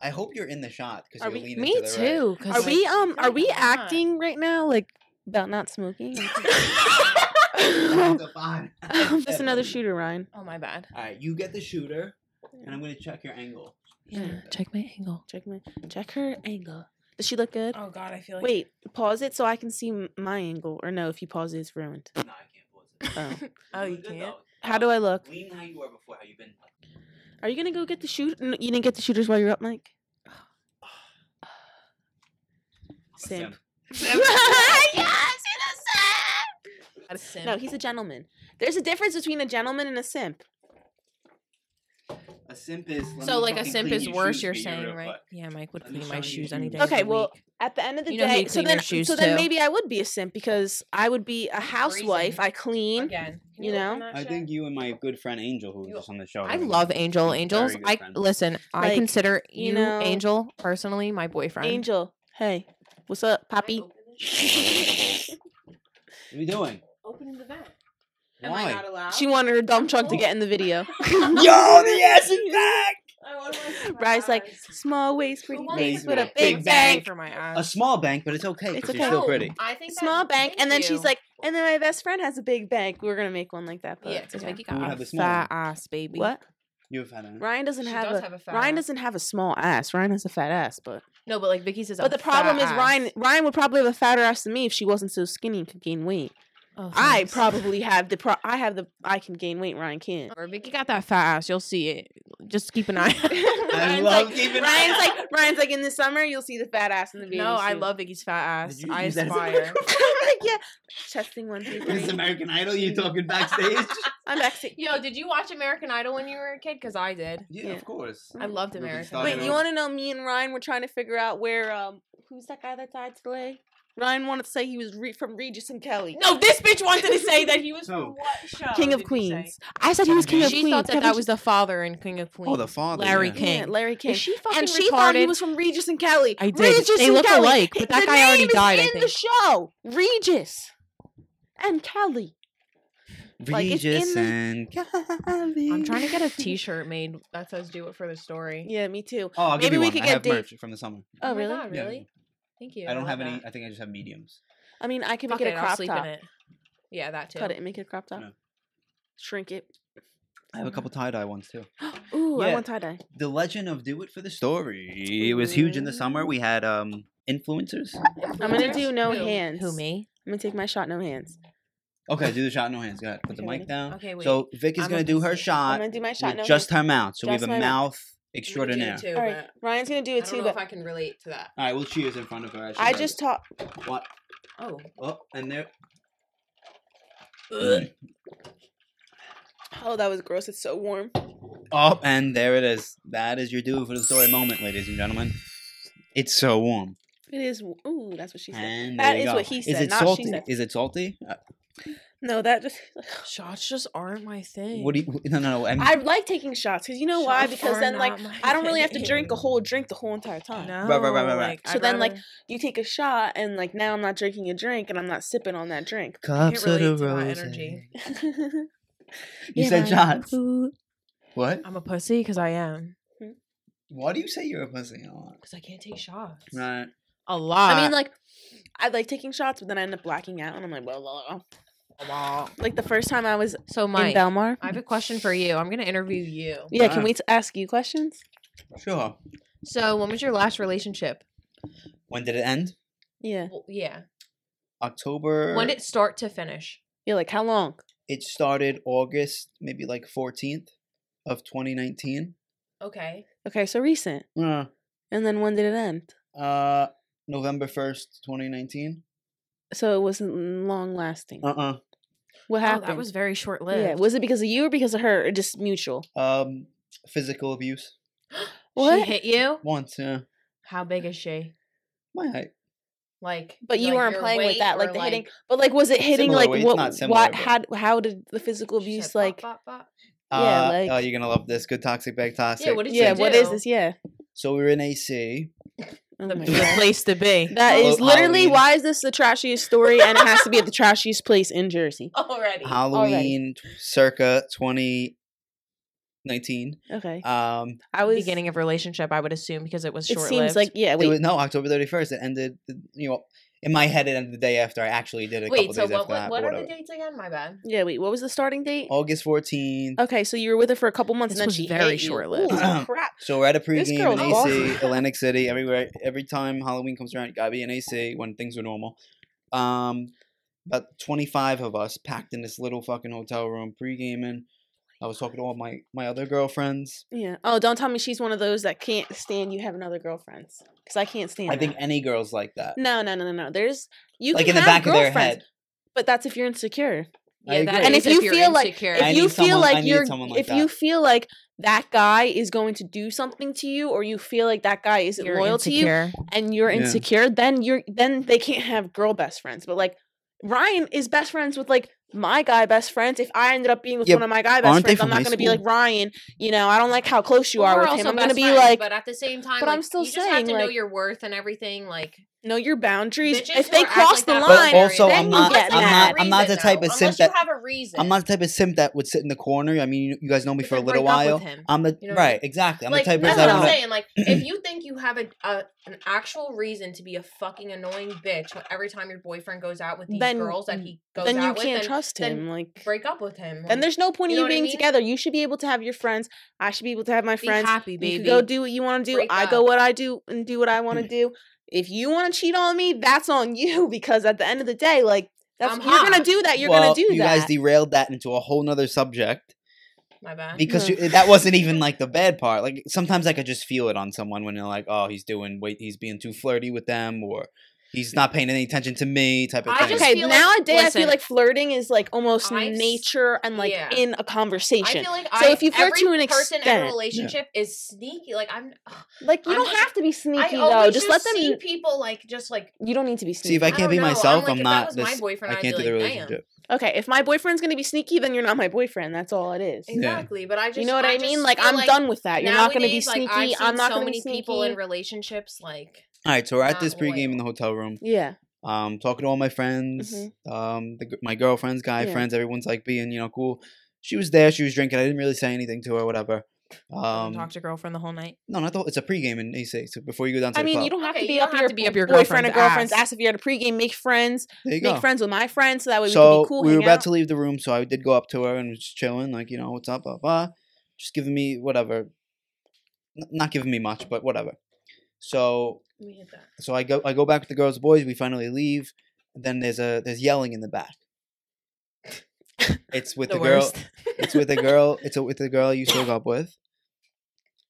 I hope you're in the shot because
Are
you're
we-
leaning
Me
to the right. <laughs>
too. 'cause
Are
like-
we um? Are
like,
we
why not?
acting right now? Like about not
<laughs>
<laughs>
smoking? <laughs> I'm
Nine
confused. <laughs>
to five.
I'm just another shooter, Ryan.
Oh my bad.
All right, you get the shooter, and I'm gonna check your angle.
Yeah. Check my angle.
Check my check her angle. Does she look good?
Oh god, I feel
Wait, pause it so I can see m- my angle. Or no, if you pause it, it's ruined.
No, I can't pause it. <laughs>
Oh.
Oh,
look
you
good,
can't?
though.
How do I look?
Lean how you were before. How you've been. Like,
Are you gonna go get the shoot? n- You didn't get the shooters while you're up,
<sighs>
Mike. Simp. <laughs>
<laughs>
yes, No, he's a gentleman. There's a difference between a gentleman and a simp.
A simp is. let
so
me
like a
fucking
simp
clean
is
your
worse.
shoes
You're
for you
saying
real
right?
quick.
Yeah, Mike would
Let me
clean
show
my
you
shoes
these
any day.
shoes.
of the
Okay, well,
week.
At the end of the
You know
day,
he'd
so
clean your
then,
shoes
so then
too.
maybe I would be a simp because I would be a housewife. I clean.
again,
Can you you open
I think you and my good friend Angel, who was just on the show.
I love Angel.
Very
Angels,
good
I
friend.
listen. I
Like,
consider
you
you,
know-
Angel, personally my boyfriend.
Angel, hey, what's up, Poppy?
What are you doing?
Opening the vent. Am I
Why?
not allowed?
She wanted her dump truck to get in the video.
<laughs>
Yo, the ass is back.
I wanna watch my
Bry's like
eyes.
small waist, pretty
wants
face,
to
with a
know?
big
Big
bang.
bang.
for my
A
ass.
small bank, but it's okay.
It's
because
okay.
You're still pretty.
I think that's-
small bank,
thank
and then
you.
she's like, and then my best friend has a big bank. We are gonna make one like that, but
Yeah, because Vicky
Who would
got
have
a
this morning?
fat ass, baby.
what?
You've had <laughs> a
Ryan doesn't
She
have
does
a,
have a fat
Ryan
ass.
doesn't have a small ass. Ryan has a fat ass, but
No, but like Vicky says,
but the problem is Ryan Ryan would probably have a fatter ass than me if she wasn't so skinny and could gain weight.
Oh,
I probably have the pro. I have the I can gain weight. Ryan
<laughs>
can't.
Or Vicky got that fat ass. You'll see it. Just keep <laughs> an eye.
I
Ryan's
love
like,
keeping.
Ryan's like Ryan's like in the summer you'll see the fat ass in the baby.
no, I
suit."
love Vicky's fat ass.
Did you
I
use that as a
<laughs>
aspire. <laughs>
I'm like, yeah, testing one two
This is
three.
American Idol. You talking backstage?
I'm actually.
Yo, did you watch American Idol when you were a kid? Because I did.
yeah,
Yeah.
of course.
I loved
Ruben
American.
Studdard.
Wait,
Okay.
you want to know? Me and Ryan were trying to figure out where um who's that guy that died today. Ryan wanted to say he was re- from Regis and Kelly.
No, this bitch wanted to say that <laughs> he was
No.
what show?
King of
did you say?
Queens. I said he was King of
she
Queens.
thought that
Kevin
that was the father in King of Queens.
Oh, the father.
Larry
yeah.
King.
King, Larry King.
Is she fucking
and she
retarded?
thought he was from Regis and Kelly.
I did.
Regis
They
and
look
Kelly.
alike, but that
the
guy already
name is
died, I
In the
think.
show, Regis and Kelly. Like, it's
Regis
in
and Kelly.
I'm trying to get a T-shirt made that says "Do it for the story."
Yeah, me too.
Oh, I'll give
Maybe
you
we
one.
could
I
get
have
Dave-
merch from the summer.
Oh,
my
really?
God,
Yeah.
really? Thank you.
I don't have
love
any.
that.
I think I just have mediums.
I mean, I could
Fuck
make it
it,
a
I'll
crop
sleep in
top.
it. Yeah, that too.
Cut it <gasps> and make it a crop top.
Yeah.
Shrink it.
I have a couple tie dye ones too.
Ooh,
Yeah.
I want tie dye.
The legend of Do It for the Story. It was huge in the summer. We had um influencers.
I'm gonna do no
Who?
hands.
Who me?
I'm gonna take my shot, no hands.
Okay, do the shot, no hands. Go ahead. Put the
Okay,
mic
ready?
down.
Okay, wait.
So Vic is
I'm a
gonna do her
pussy.
I'm
shot,
gonna do my shot, no
with just
hands.
her mouth. So
Just
we
my
have a
mouth.
mouth extraordinaire.
All right, Ryan's gonna do it too, but
can relate to that.
All right, we'll cheers in front of her. as she
I
does
just taught.
it. what?
Oh,
Oh, and there.
Oh, that was gross. It's so warm.
Oh, and there it is. That is your do it for the story moment, ladies and gentlemen. It's so warm.
It is. w- Ooh, that's what she said.
And
That
there you
is
go.
what he
Is
said,
it
not she
salty?
said.
Is it salty? Uh,
No, that just. <laughs>
shots just aren't my thing.
what do you? No, no, no. I mean,
I like taking shots because you know why? Because then, like, I don't really have to drink a whole drink the whole entire time.
No,
right, right, right.
like,
So
I'd
then, like,
rather-
You take a shot, and like now I'm not drinking a drink, and I'm not sipping on that drink. <laughs>
cups
relate
of
to
the
my
rose.
energy.
you
You said shots. What?
I'm a pussy because I am.
Why do you say you're a pussy a lot?
Because I can't take shots.
Right.
A lot.
I mean, like, I like taking shots, but then I end up blacking out, and I'm like, blah, blah, blah. Like the first time I was
so Mike,
in Belmar.
I have a question for you. I'm gonna interview you.
Yeah, can
Ah.
we t- ask you questions?
Sure.
So, when was your last relationship?
When did it end?
Yeah.
Well, yeah.
October.
When did it start to finish?
You're like, how long?
it started August, maybe like 14th of 2019.
Okay.
Okay, so recent.
Uh,
And then when did it end?
uh November 1st, 2019.
So it wasn't long lasting.
Uh-uh.
what
Uh, Oh,
happened?
that was very short lived.
yeah. Was it because of you or because of her or just mutual?
Um physical abuse.
She
What?
hit you?
Once, yeah.
How big is she?
My height.
Like,
But you
like
weren't
your
playing with
weight
that, like
or,
the hitting. But like, was it hitting
Similar
like
weight,
what?
not similar,
what?
but-
How? How did the physical
She
abuse
said, "Bop,
like?
bop, bop."
Yeah,
uh,
like-
oh, you're gonna love this. Good toxic bag toxic.
Yeah, what did
yeah.
she
What
do?
is this? Yeah.
so we were in AC.
Oh
The,
my
the um
God.
place to be.
<laughs> That
<laughs>
Hello,
is literally
Halloween.
why is this the trashiest story and it has to be at the trashiest place in
<laughs>
Jersey.
Already.
Halloween t- circa 2019.
Uh,
Okay.
Um
I was
beginning of relationship, I would assume, because it was
It
short lived.
seems like yeah,
it
wait.
was, no, October 31st. It ended you know in my head it ended the day after I actually did it a
Wait,
couple
so
days
what,
after
what,
that.
what
but
are the
whatever.
dates again? My bad.
Yeah, wait. What was the starting date?
August 14th.
Okay, so you were with her for a couple months
Oh. This
and then
was
she
very
hit you.
short-lived.
Ooh,
<clears throat>
crap.
So we're at a
This
pregame
girl's
in
<laughs>
AC, Atlantic City. Everywhere, every time Halloween comes around, you gotta be in AC when things are normal. Um, about twenty five of us packed in this little fucking hotel room pre-gaming. I was talking to all my my other girlfriends.
Yeah. Oh, don't tell me she's one of those that can't stand you having other girlfriends because I can't stand.
I think
that.
any girls like that,
No, no, no, no, no. There's you
like
can
in the
have
back of their
girlfriends,
head.
but that's if you're insecure.
I agree.
And if you
you're
feel like-
insecure.
If
I
you
need
feel
someone- I
like
need
you're,
someone like
if you
that.
feel like that guy is going to do something to you, or you feel like that guy isn't
You're
loyal to you,
insecure.
and you're
Yeah.
insecure, then you're then they can't have girl best friends. But like Ryan is best friends with like my guy best friends. If I ended up being with
Yeah,
one of my guy best
aren't they
friends, I'm
from
not
high
gonna be
school?
like Ryan. You know, I don't like how close you
Well,
are
we're
with
also
him. I'm gonna
best
be
friends,
like,
but at the same time,
but
like,
I'm still
you just have
saying,
to know
like-
your worth and everything. Like,
know your boundaries.
Bitches
If
who
they
are act
cross
like
the
that
But
line,
also,
then
I'm
you
not,
get mad.
I'm not, I'm not the
reason,
type
though,
of simp
unless you
that.
have a reason.
I'm not the type of simp that would sit in the corner. I mean, you, you guys know me
But
for a
then
little
break up with
while.
him,
I'm the
you know what I mean?
right, exactly. I'm
like
the type of
that's
person
what I'm
that wanna-
saying.
<clears throat>
Like, if you think you have a, a an actual reason to be a fucking annoying bitch when- every time your boyfriend goes out with these
Then-
girls that he goes
then
out
you
with,
can't
then
trust
then
him. Like
break up with him.
then there's no point in
You
you,
know what I
being
mean?
together. You should be able to have your friends. I should be able to have my
be
friends.
happy, baby.
You can go do what you want to do.
Break
I go
up. Mm.
what I do and do what I want to do. If you want to cheat on me, that's on you <laughs> because at the end of the day, like that's
I'm
you're gonna
hot.
do that. You're
Well,
gonna do
you
that.
guys derailed that into a whole nother subject
my bad.
because
No.
you, that wasn't even like the bad part. Like sometimes I could just feel it on someone when they're like, "Oh, he's doing wait, he's being too flirty with them, or he's not paying any attention to me," type of
I
thing.
just
okay,
feel like-
nowadays I
listen,
feel like flirting is like almost
I've s-
nature and like
yeah.
in a
I
conversation.
feel like
So
I,
if you flirt
every
to an
person in a
extent-
relationship is sneaky. Like I'm,
like you
I'm
don't
not-
have to be sneaky
I
though.
always
Just let them.
see people like just like
you don't need to be sneaky.
See if I
don't
can't be
know. I'm
myself.
like,
I'm
if that
not
was my
this.
boyfriend,
I
I'd
can't
be
do the
like, "Damn."
relationship.
okay, if my boyfriend's gonna be sneaky, then you're not my boyfriend. That's all it is.
exactly. But I just
you know what I,
I just
mean? Like
feel
I'm done with that. You're not gonna be
nowadays,
sneaky.
Like, I've seen
I'm not
so
gonna
many
be sneaky.
people in relationships like
All right, so we're at
Not
this pregame in the
loyal.
hotel room.
yeah.
Um, talking to all my friends, um, the, gr- my girlfriends, guy
Yeah.
friends. Everyone's like being, you know, cool. She was there. She was drinking. I didn't really say anything to her, whatever. Um,
talk to girlfriend the whole night.
no, not the whole, it's a pregame in A6 so before you go down to
I
the
mean,
club.
you don't have
Okay,
to be
you
up
don't
your,
have to be up your
boyfriend or
girlfriend's
girlfriend's ass. if you're at a pregame. Make friends.
there you
make
go.
friends with my friends so that way we can
so
be cool.
we were
hang
about
out.
to leave the room, so I did go up to her and was chilling, like you know, what's up, blah blah, just giving me whatever, N- not giving me much, but whatever. So
Let me hit that.
so I go I go back with the girls, boys. We finally leave. Then there's a there's yelling in the back.
<laughs>
It's with the, girl. <laughs> It's with a girl. It's a, with the girl I used to hook up with.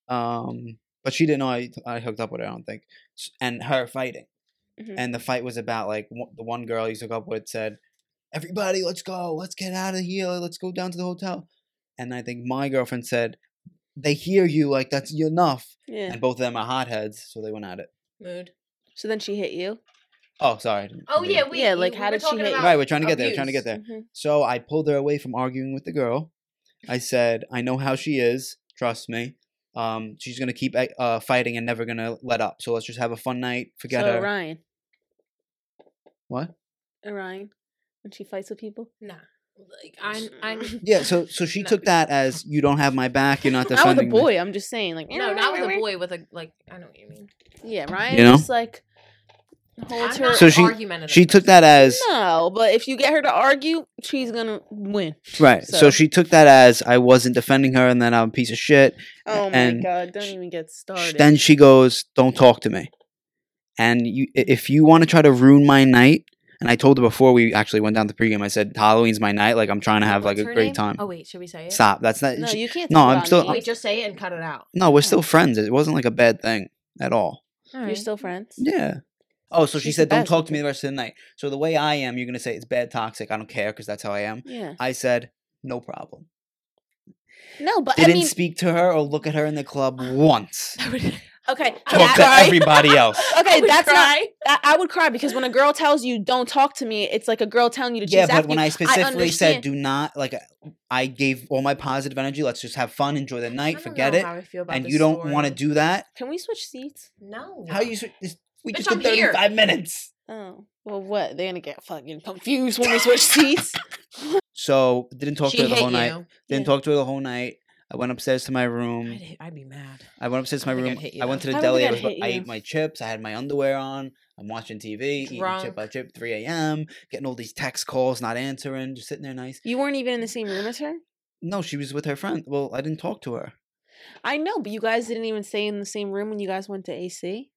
Um, but she didn't know I I hooked up with her. I don't think. S- And her fighting,
Mm-hmm.
Mhm.
and the fight was about like one, the one girl I used to hook up with said, "Everybody, let's go. Let's get out of here. Let's go down to the hotel." And I think my girlfriend said, "They hear you. Like that's enough."
Yeah.
And both of them are hotheads, so they went at it.
<laughs> Mood.
So then she hit you.
Oh, sorry. I didn't-
Oh
I didn't-
yeah, we
Yeah, like,
we
how
were
did she
talking
hit-
about
Right, we're trying to get there. We're trying to
abuse.
get there.
Mhm.
So I pulled her away from arguing with the girl. I said, "I know how she is. Trust me. Um, she's gonna keep uh, fighting and never gonna let up. So let's just have a fun night. Forget
so
her.
Ryan. uh,
What?
Ryan. When she fights with people.
Nah. Like I'm I'm
Yeah. So so she
No.
took that as you don't have my back.
<laughs>
You're
Not
not
with a
defending. me."
boy. I'm just saying. Like eh,
no, not with a boy with a like I know what you mean.
Yeah, Ryan.
You know?
Just like holds
I'm
her.
not
So she-
argumentative.
She took that as
no, but if you get her to argue, she's gonna win.
right. So.
So-
she took that as I wasn't defending her, and then I'm a piece of shit.
Oh
And
my god! Don't
sh-
even get
Sh-
started.
Then she goes, "Don't talk to me." And you, i- if you want to try to ruin my night, and I told her before we actually went down to pregame, I said Halloween's my night. Like I'm trying to have like
What's
a
her
great
name?
time.
Oh wait, should we say it?
Stop. That's not.
no,
she-
you can't.
no,
talk
I'm
about
still-
me.
I'm-
Wait, just say it and cut it
<laughs>
out.
no, we're still friends. It wasn't like a bad thing at all.
You're still friends.
Yeah. Oh, so she
She's the
said, "Don't
best.
talk to me the rest of the night." So the way I am, you're gonna say it's bad, toxic. I don't care because that's how I am.
Yeah.
I said, "No problem."
No, but
Didn't
I mean,
speak to her or look at her in the
<sighs>
club once.
<laughs>
okay.
Talk
that-
to everybody
<laughs>
else.
Okay, that's not.
right.
I, I would cry because when a girl tells you "Don't talk to me," it's like a girl telling you to.
Yeah,
chase
but
after
when
you.
I specifically said,
understand.
"Do not," like uh, I gave all my positive energy. Let's just have fun, enjoy the night, forget it. And you don't want to do that.
can we switch seats?
No.
How you? sw- this- We
Bitch,
just did
I'm here.
35 minutes.
Oh, well, what? They're gonna get fucking confused when we <laughs> switch seats.
So didn't talk
she
to her the
hit
whole night.
you.
Didn't talk to her the whole night. I went upstairs to my room.
I'd, hit- I'd be mad.
I went upstairs to
I
my
think I'd
room.
hit you
I went
though.
to the
I don't
deli. I,
think
was,
I'd hit
I
you.
ate my chips. I had my underwear on. I'm watching TV, eating chip
Drunk.
by chip, 3 a.m., getting all these text calls, not answering, just sitting there nice.
you weren't even in the same room as her.
No, she was with her friend. Well, I didn't talk to her.
I know, but you guys didn't even stay in the same room when you guys went to AC.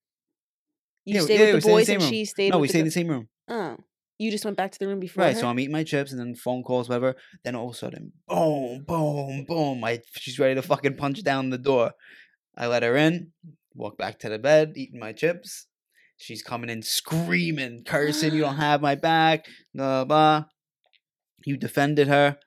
You
Yeah,
stayed
yeah, we
with the
stayed in the
boys,
same
and
room.
she stayed.
No,
with
we
the
stayed in
gir-
the same room.
Oh, you just went back to the room before.
Right. So
her?
I'm eating my chips and then phone calls, whatever. Then all of a sudden, boom, boom, boom. I, she's ready to fucking punch down the door. I let her in, walk back to the bed, eating my chips. She's coming in screaming, cursing, you don't
<gasps>
have my back, blah, blah. You defended her.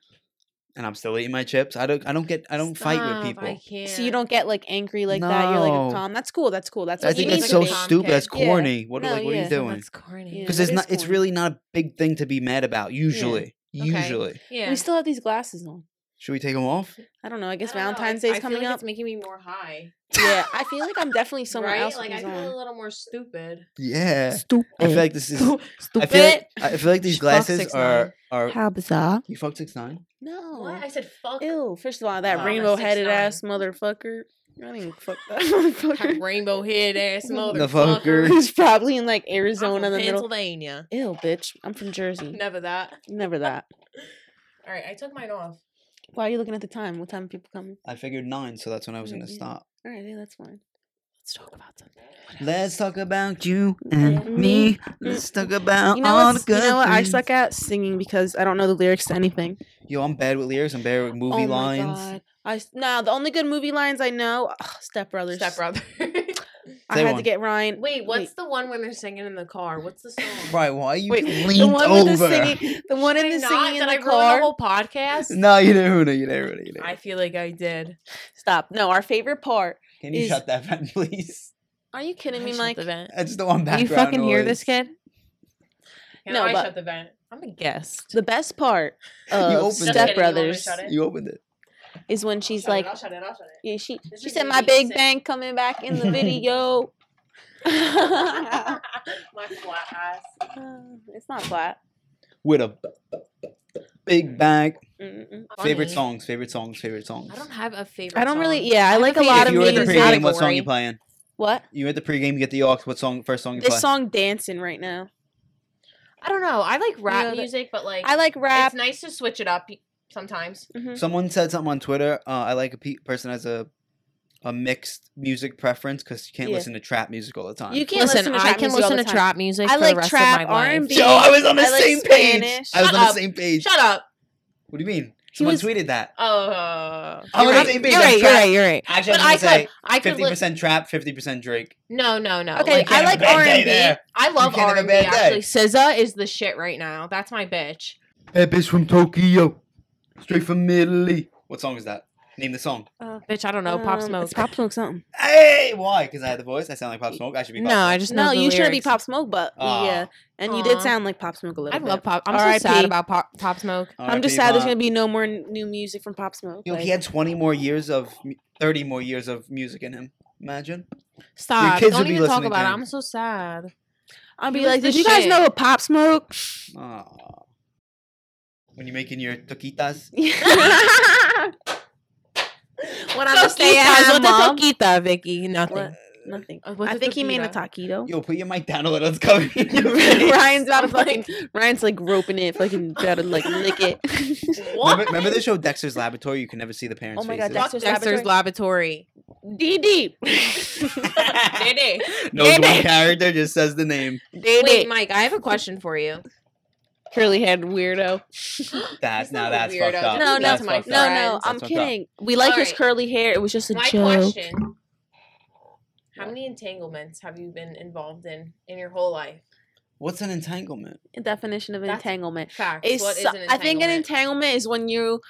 And I'm still eating my chips. I don't I don't get I don't fight with people.
I
I,
can't.
So you don't get like angry like that. You're like
No.
calm. That's cool. That's cool. That's what you
think
need
that's
to
so
be.
stupid. That's
Yeah.
corny. What
No,
like what are
yeah.
you doing?
That's corny.
Yeah.
Because
that
it's
is
not it's
corny.
really not a big thing to be mad about, usually.
Okay.
Usually.
Yeah.
We still have these glasses on.
Should we take them off?
I don't know. I guess Valentine's Day's coming up.
It's making me more high.
yeah, I feel like I'm
<laughs>
definitely somewhere
right?
else.
Like
Like
I feel a little more stupid.
Yeah.
Stupid.
I feel like this is. I feel like, I feel like these
She fucked
glasses
6ix9ine.
are are.
How bizarre.
you fucked six nine?
no.
What? I Oh, said fuck. <laughs>
Ew. First of all, that
Wow.
rainbow headed
6'9". <laughs>
ass motherfucker. I didn't even fuck that <laughs> motherfucker.
Rainbow
<laughs>
head ass
The
motherfucker.
fucker.
He's probably in like
I'm from
Arizona in the middle.
Pennsylvania.
Ew, bitch. I'm from Jersey.
Never that. <laughs>
Never that.
All right, I took mine off.
Why are you looking at the time? What time are people coming?
I figured nine, so that's when I was gonna
Mhm.
stop.
All right, yeah, that's fine. Let's talk about something.
Let's talk about you
and
and me. Let's
Let's
talk about
Mm-hmm. You know,
all the
what's, you
good.
know what I suck at? Singing because I don't know the lyrics to anything.
Yo, I'm bad with lyrics. I'm bad with movie
oh
lines.
My God. I s- nah, the only good movie lines I know, ugh, Step Brothers.
Step brother.
<laughs> I
Say
had to
one.
get Ryan.
<laughs> Wait, what's the one when they're singing in the car? What's the song?
Right? Why are you
Wait, the
leaned
one with
over?
the
<laughs>
singing, the one in
Did I
the
not?
singing in
Did I
the
ruin
car.
whole podcast?
No, you didn't ruin it. You didn't ruin it. You didn't.
I feel like I did.
Stop. No, our favorite part.
Can you
is-
shut that vent, <laughs> please?
Are you kidding me,
Shut
Mike?
the vent.
I just don't want background noise.
kid?
Can
No,
I
but-
shut the vent? I'm a guest.
The best part
You
of
opened it. Just
Step
kidding,
you want me to
Brothers
shut it?
You opened it.
is when she's
Shut
like,
it, I'll shut it. I'll shut it.
yeah, she
This
she
is
said,
me
"My big
being sick."
bang coming back in the video." Uh,
<laughs> My flat ass.
it's not flat.
with a b- b- b- big bag.
Mm-mm.
Favorite
Funny.
songs, favorite songs, favorite songs.
I don't have a favorite.
I don't really.
song.
Yeah, I
have
like
a
a lot
if
of
you were at the
music.
pregame, what song you
category.
playing?
What?
You were at the pregame, you get the aux. What song? First song you play?
This song dancing right now.
I don't know. I like rap
know, the-
music, but like
I like rap.
It's nice to switch it up sometimes.
Someone said something on Twitter. Uh, I like a pe- person has a a mixed music preference because you can't
Yeah.
listen to trap music all the time.
You can't listen. to trap music all the time.
music.
I like trap, R&B.
Yo, I was on the
I like
same page.
Spanish.
I was
Shut
on
up.
the same page.
Shut up.
What do you mean?
He
Someone
was-
tweeted that.
Oh.
I was on
You're
the
right.
same page.
You're
I'm
right. You're
trapped.
right. You're right.
Actually,
But
I'm
I
gonna say
could. I could.
fifty
li-
percent trap, fifty percent Drake.
No, no, no.
Okay,
Like,
I like
Bad
R
day
and B.
there.
I love
can't
R
have a
and B.
bad day.
Actually, SZA is the shit right now. That's my bitch.
That bitch from Tokyo, straight from Italy.
What song is that? Name the song.
Bitch, I don't know. Pop Smoke.
It's Pop Smoke something.
Hey, why? Because I had the voice. I sound like Pop Smoke. I should be. Pop
no, I
Smoke. Ah.
just know
No,
the
you should be
lyrics.
Pop Smoke, but
Aw.
yeah, and you did
Aw.
sound like Pop Smoke a little
I
bit.
love Pop. I'm
R.I.P..
so sad about Pop Pop Smoke.
I'm just
R.I.P.
sad there's
Pop.
gonna be no more n- new music from Pop Smoke.
Yo,
like-
he had 20 more years of, mu- 30 more years of music in him. Imagine.
Stop.
kids will
Don't
be
even talk
listening to
about it.
him.
I'm so sad.
I'll
He
be
was
like,
the
did you guys
shit.
know what Pop Smoke?
<laughs>
Aw. When you're making your toquitas.
when I'm a stay
Toquitas,
at
what's
mom.
a toquita, Vicky? Nothing.
What? <laughs> Nothing.
Uh, what's
I
a
think he made a
taquita?
taquito.
Yo, put your mic down a little. It's coming. in
<laughs>
your face.
Ryan's out of
I'm
fucking. Ryan's like roping it, fucking about to like lick it.
<laughs>
<laughs>
Remember, remember the show Dexter's Laboratory? You can never see the parents'
Oh my God,
faces.
Fuck
<laughs>
Dexter's Laboratory.
Dee
<laughs>
Dee.
Diddy.
Knows one character, just says the name.
Wait, Mike, I have a question for you.
Curly haired weirdo.
not
That's now
a
that's
weirdo.
fucked up.
No, no,
that's
my
fucked
No,
up.
no,
Friends.
I'm
That's what's up.
kidding. We like his
Alright.
curly hair. It was just a
My
joke.
question. How many entanglements have you been involved in in your whole life?
What's an entanglement?
Definition of
That's-
entanglement.
Facts.
It's,
what is an entanglement?
I think an entanglement is when you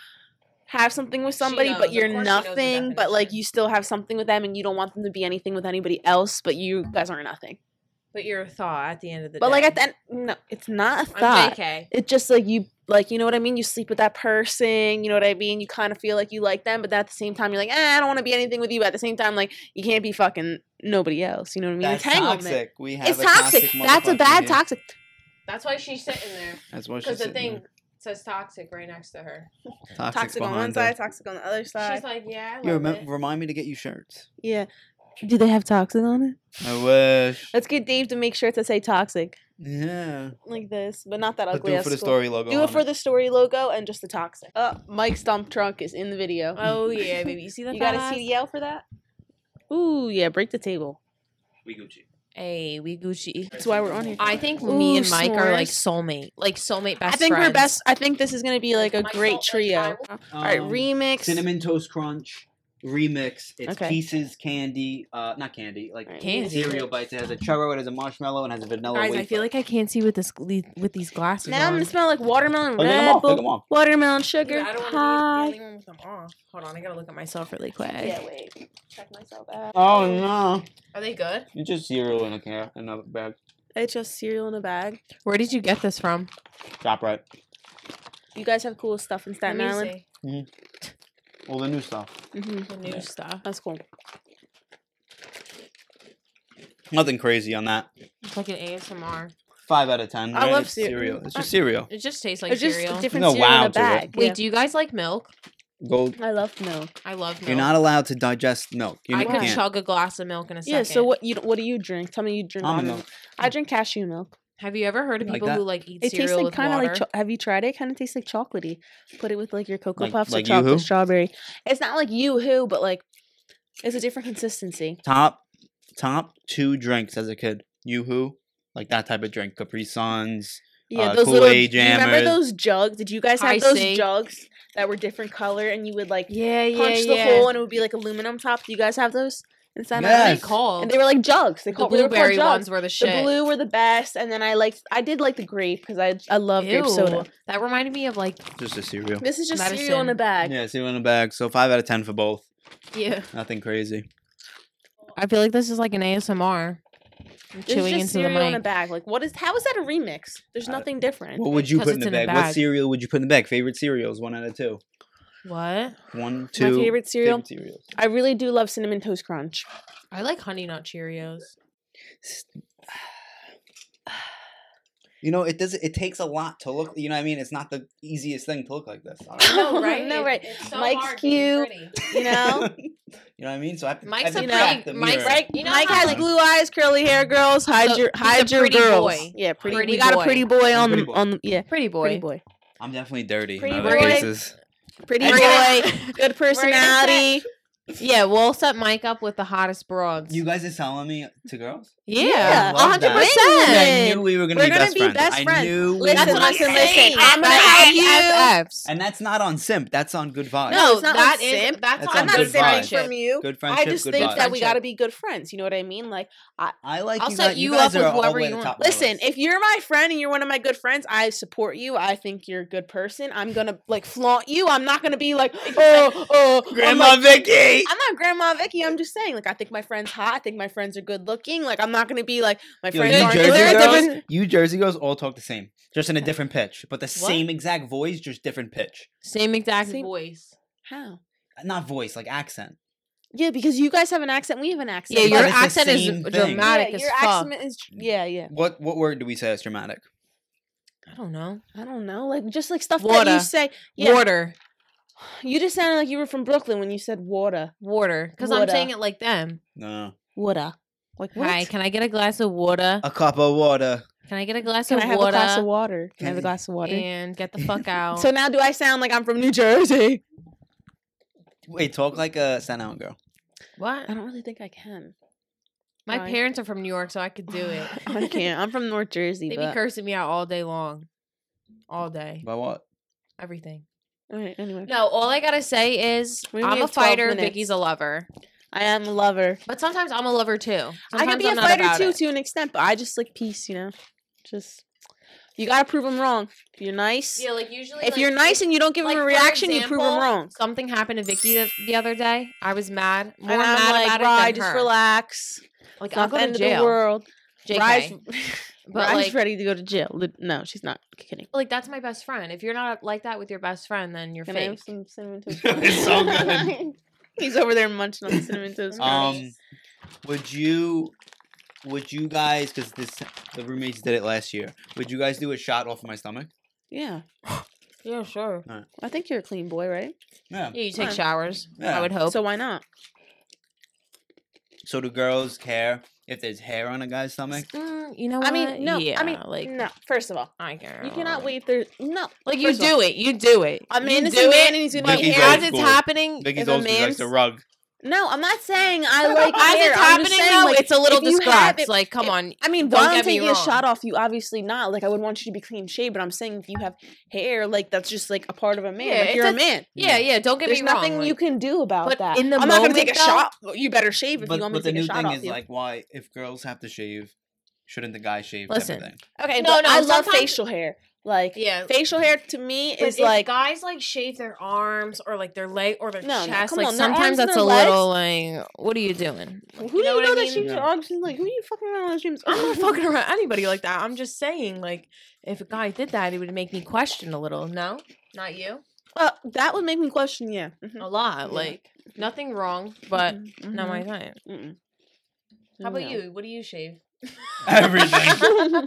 have something with somebody,
knows.
but
Of
you're
course she knows the
nothing, but like
definition.
you still have something with them and you don't want them to be anything with anybody else, but you guys are nothing.
But you're a thaw at the end of the day.
But like at the end, no, it's not a
I'm
thought.
JK.
It's just like you, like, you know what I mean? You sleep with that person, you know what I mean? You kind of feel like you like them, but then at the same time, you're like, eh, I don't want to be anything with you. But at the same time, like, you can't be fucking nobody else. You know what I mean?
That's
Entanglement.
toxic. We have
It's
a
toxic. That's a
motherfucker
bad
here.
toxic.
That's why she's sitting there.
That's what she's
Because the
sitting
thing
there.
says toxic right next to her.
Toxic's
Toxic on one
behind
side, oh,
her.
toxic on the other side.
She's like, yeah, I love
You remem-
it.
remind me to get you shirts.
yeah. Do they have toxic on it?
I wish.
Let's get Dave to make shirts that say toxic,
Yeah.
like this, but not that
But
ugly.
do it
ass
for the
school.
story logo.
Do
on
it for the story logo and just the toxic. Uh, Mike's dump trunk is in the video.
Oh yeah, baby. You see that?
you got a
fat ass?
CDL for that? Ooh yeah, break the table.
We Gucci.
Hey, we Gucci.
That's why we're on here.
I think
Ooh,
me and Mike are like
s'mores.
soulmate, like soulmate best.
I think we're
friends.
best. I think this is gonna be like a
Mike
great
felt like I
trio. All right,
Um,
remix.
cinnamon toast crunch remix. It's
Okay.
pieces candy, uh, not candy, like
All right,
Candy.
cereal bites. It has a churro, it has a marshmallow, and has a vanilla.
Guys, I
wafer.
feel like I can't see with this gl- with these glasses.
Now I'm
on.
gonna smell like watermelon
look at them
Red
all. Look at
Bull,
them all.
watermelon sugar
I
pie.
don't want to be the only one with them off. Hold on, I gotta look at myself really quick.
Yeah, wait. Check myself out.
Oh no!
Are they good?
You just cereal in a can, another bag.
It's just cereal in a bag.
Where did you get this from?
Drop right.
You guys have cool stuff in Staten
Let me
Island.
All the new stuff.
hmm
see The new stuff.
That's cool.
Nothing crazy on that.
It's like an ASMR.
Five out of ten.
I love
It's
cere-
cereal. It's just cereal.
It just tastes like
It's just
cereal.
different
No
cereal
wow
in a
to it.
bag.
Wait,
Yeah.
do you guys like milk?
Gold.
I love milk.
I love milk.
You're not allowed to digest milk. You
I
n-
could
can't.
chug a glass of milk in a second.
Yeah. So what you what do you drink? Tell me you drink
Almond
watermelon.
milk.
I drink cashew milk.
Have you ever heard of
Like
people
that?
who like eat
It tastes
cereal
like
with
kind of
water?
like. Cho- have you tried it? Kind of tastes like chocolatey. Put it with like your cocoa
Like-
puffs
like
or chocolate
Yoo-hoo?
strawberry. It's not like you hoo, but like it's a different consistency.
Top, top two drinks as a kid. Yoo-hoo, like that type of drink. Capri Suns.
Yeah,
Uh,
those little.
Kool-Aid
do you remember
jammers.
those jugs? Did you guys have those
Icy.
jugs that were different color and you would like
yeah, yeah,
punch the
yeah.
hole and it would be like aluminum top? Do you guys have those? Inside
What are they
Yes.
called?
And they were like jugs. They
the
called they were called
blueberry
jugs.
ones were the shit.
The blue were the best, and then I liked. I did like the grape because I I love grape
Ew,
soda.
That reminded me of like
Just a cereal.
This is just cereal
Medicine.
in a bag.
Yeah, cereal in a bag. So five out of ten for both.
yeah.
Nothing crazy.
I feel like this is like an ASMR. I'm
This
chewing
is just
into the
cereal in a
mic.
bag. Like, what is? How is that a remix? There's
I-
nothing different.
What would you
'cause
put in
it's
the
in a
bag? What
bag.
cereal would you put in the bag? Favorite cereals, one out of two.
What?
One, two.
favorite cereal?
favorite cereals.
I really do love cinnamon toast crunch.
I like Honey Nut Cheerios.
You know, it does. It takes a lot to look. You know, what I mean, it's not the easiest thing to look like this.
<laughs>
I don't
<laughs> <laughs>
know.
No, right?
No,
No,
right.
right.
It's so
Mike's
hard being pretty.
you
<laughs>
know,
you know what I mean? So I have to.
Mike's
I have
a
to crack
pretty-
the
Mike's
mirror.
Mike,
You know
Mike
how,
has
like-
blue eyes, curly hair, girls. Hide
So,
your,
he's a
hide your
pretty
girls.
boy.
Yeah, pretty.
Pretty
we got
boy.
a pretty boy on
Pretty
the
boy.
on the yeah.
Pretty boy.
Pretty boy.
I'm definitely dirty
Pretty
in other
boy.
cases.
Pretty <laughs>
We're
boy.
gonna-
Good personality.
yeah, we'll set Mike up with the hottest broads.
You guys are telling me to girls.
yeah,
I
a
love
hundred
that.
percent.
I knew we were gonna
We're
be
gonna
best
be
friends.
best
I
friends.
knew. we
Listen,
were-
listen, listen.
saying.
I'm
But
gonna have you.
BFFs.
And that's not on simp. That's on good vibes.
No,
it's not
that
on
is-
simp.
that's
That's
on
on
good
good
friendship.
vibes.
you.
Good friendship.
I just
good
think
vibes.
that we got to be good friends. You know what I mean? Like,
I like
I'll
you
set
guys.
you
guys
up with
are all the
whoever
way
you
to
want.
top of my
listen,
list.
if you're my friend and you're one of my good friends, I support you. I think you're a good person. I'm gonna like flaunt you. I'm not gonna be like, oh, oh, I'm
Grandma
like-
Vicky.
I'm not Grandma Vicky. I'm just saying, like, I think my friend's hot. I think my friends are good looking. Like, I'm not gonna be like my
Yo,
friends
you
aren't.
Jersey
Is there a
girls,
difference?
you Jersey girls all talk the same, just in a different pitch, but the same exact voice, just different pitch.
Same exact
Same-
voice.
How?
Not voice, like accent.
Yeah, because you guys have an accent. We have an accent.
Yeah,
But
your
it's the
accent is
same thing.
dramatic
Yeah,
as
your
fuck.
accent is. Yeah, yeah.
What what word do we say is dramatic?
I don't know.
I don't know. Like, just like stuff that
Water.
you say. Yeah,
Water,
You just sounded like you were from Brooklyn when you said water.
water. Because I'm
Water.
saying it like them.
No,
Water. Like what?
Hi, can I get a glass of water?
a cup of water.
Can I get a glass
Can
of
I have
water?
a glass of water? Can I have a
Can-
glass of water?
And get the
<laughs>
fuck out.
So now do I sound like I'm from New Jersey?
Wait, talk like a Staten Island girl.
what?
I don't really think I can.
My
Right.
parents are from New York, so I could do it.
<laughs>
<laughs>
I can't. I'm from North Jersey.
They be
but-
cursing me out all day long, all day,
By what?
everything.
All right, anyway.
No, all I gotta say is
We only
I'm a
have 12
fighter.
minutes.
Vicky's a lover,
I am a lover.
but sometimes I'm a lover too. Sometimes
I can be
I'm
a
not about
fighter too,
it.
to an extent, but I just like peace, you know? Just, you gotta prove them wrong. If you're nice,
Yeah, like usually,
if
like,
you're nice and you don't give
like,
them a
for
reaction, you prove them
example,
wrong.
Something happened to Vicky the, the other day. I was mad, more
and I'm
mad
like,
about
Rye,
it than
just
her.
relax.
Like
It's
I'll
not
go
the
to
end of the
jail.
world.
JK.
Rye's,
<laughs> but
Rye's
like,
ready to go to jail. Li- No, she's not. Kidding.
like that's my best friend. If you're not like that with your best friend, then you're
Can I
fake.
have some cinnamon
<laughs>
toast?
It's so good.
<laughs> He's over there munching on cinnamon toast. Crunch.
<laughs> Um, would you, would you guys? Because this the roommates did it last year. Would you guys do a shot off of my stomach?
yeah,
Yeah, sure.
I think you're a clean boy, right?
Yeah.
Yeah, you take
Fine.
showers.
Yeah.
I would hope.
So why not?
So do girls care if there's hair on a guy's stomach?
Mm, you know what?
I mean, no.
Yeah,
I mean,
like,
no. First of all,
I can't.
you cannot wait. There, no.
Like
First
you
of
do it. You do it.
all, A man
you
is a man, and he's gonna
Like,
like,
Vicky
hair.
goes-
as it's
school.
happening,
Vicky's
if a
always likes
man's
to rug.
No, I'm not saying I like
as
hair. I'm just
it's happening
saying,
though,
like,
it's a little
if you have
disgust.
it-
Like, come
if-
on,
I mean,
Don't
while I'm
get me
taking a
wrong.
shot off you, obviously not. Like, I would want you to be clean shaved, but I'm saying if you have hair, like that's just like a part of a man.
Yeah,
like
it
you're a
does-
man.
yeah, yeah. Don't get
There's
me wrong.
nothing you
like-
can do about
But
that.
in the
I'm not gonna take a
moment, though-
shot. You better shave if
But,
you want me
but
to
the
take a
new
shot
thing
off
is
you.
like, why if girls have to shave, shouldn't the guy shave?
Listen,
<laughs>
everything?
okay, no,
no, no,
no. I love
sometimes-
facial hair. Like,
Yeah.
facial hair to me
But
is
if
like
guys like shave their arms or like their leg or their
No, no,
chest.
come
like
on, their
sometimes
arms and
that's a
their
little like, what are you doing?
Who
Like,
do you know,
what I
that
mean?
shoots
Yeah.
your arms? She's like, who are you fucking around Oh, those dreams?
I'm not <laughs> fucking around anybody like that. I'm just saying, like, if a guy did that, it would make me question a little. No, not you.
Uh, that would make me question. Yeah. Mhm.
A lot.
Yeah.
Like, nothing <laughs> wrong, Oh, but
Mhm.
not my
Mhm.
client.
Mm-mm.
Mm-hmm. How about
No. <laughs>
you? What do you <laughs> shave?
Everything.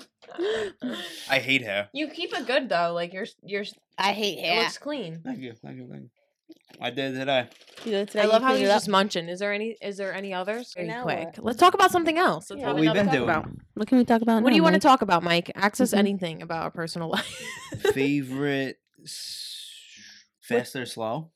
I hate hair.
you keep it good though. Like your your
I hate
it
hair.
looks clean.
Thank you, thank you, thank you. I did it today.
You know, today
I
you
love how
cleaned
he's
it up.
just munching. Is there any? Is there any others? Very
Now
quick.
what?
Let's talk about something else. Let's
Yeah,
have
what we've
another
been
talk
doing.
about.
What can we talk about?
What do you want to
to?
talk about, Mm-hmm. Mike? Access
Mhm.
anything about our personal life.
<laughs>
Favorite s- fast or slow?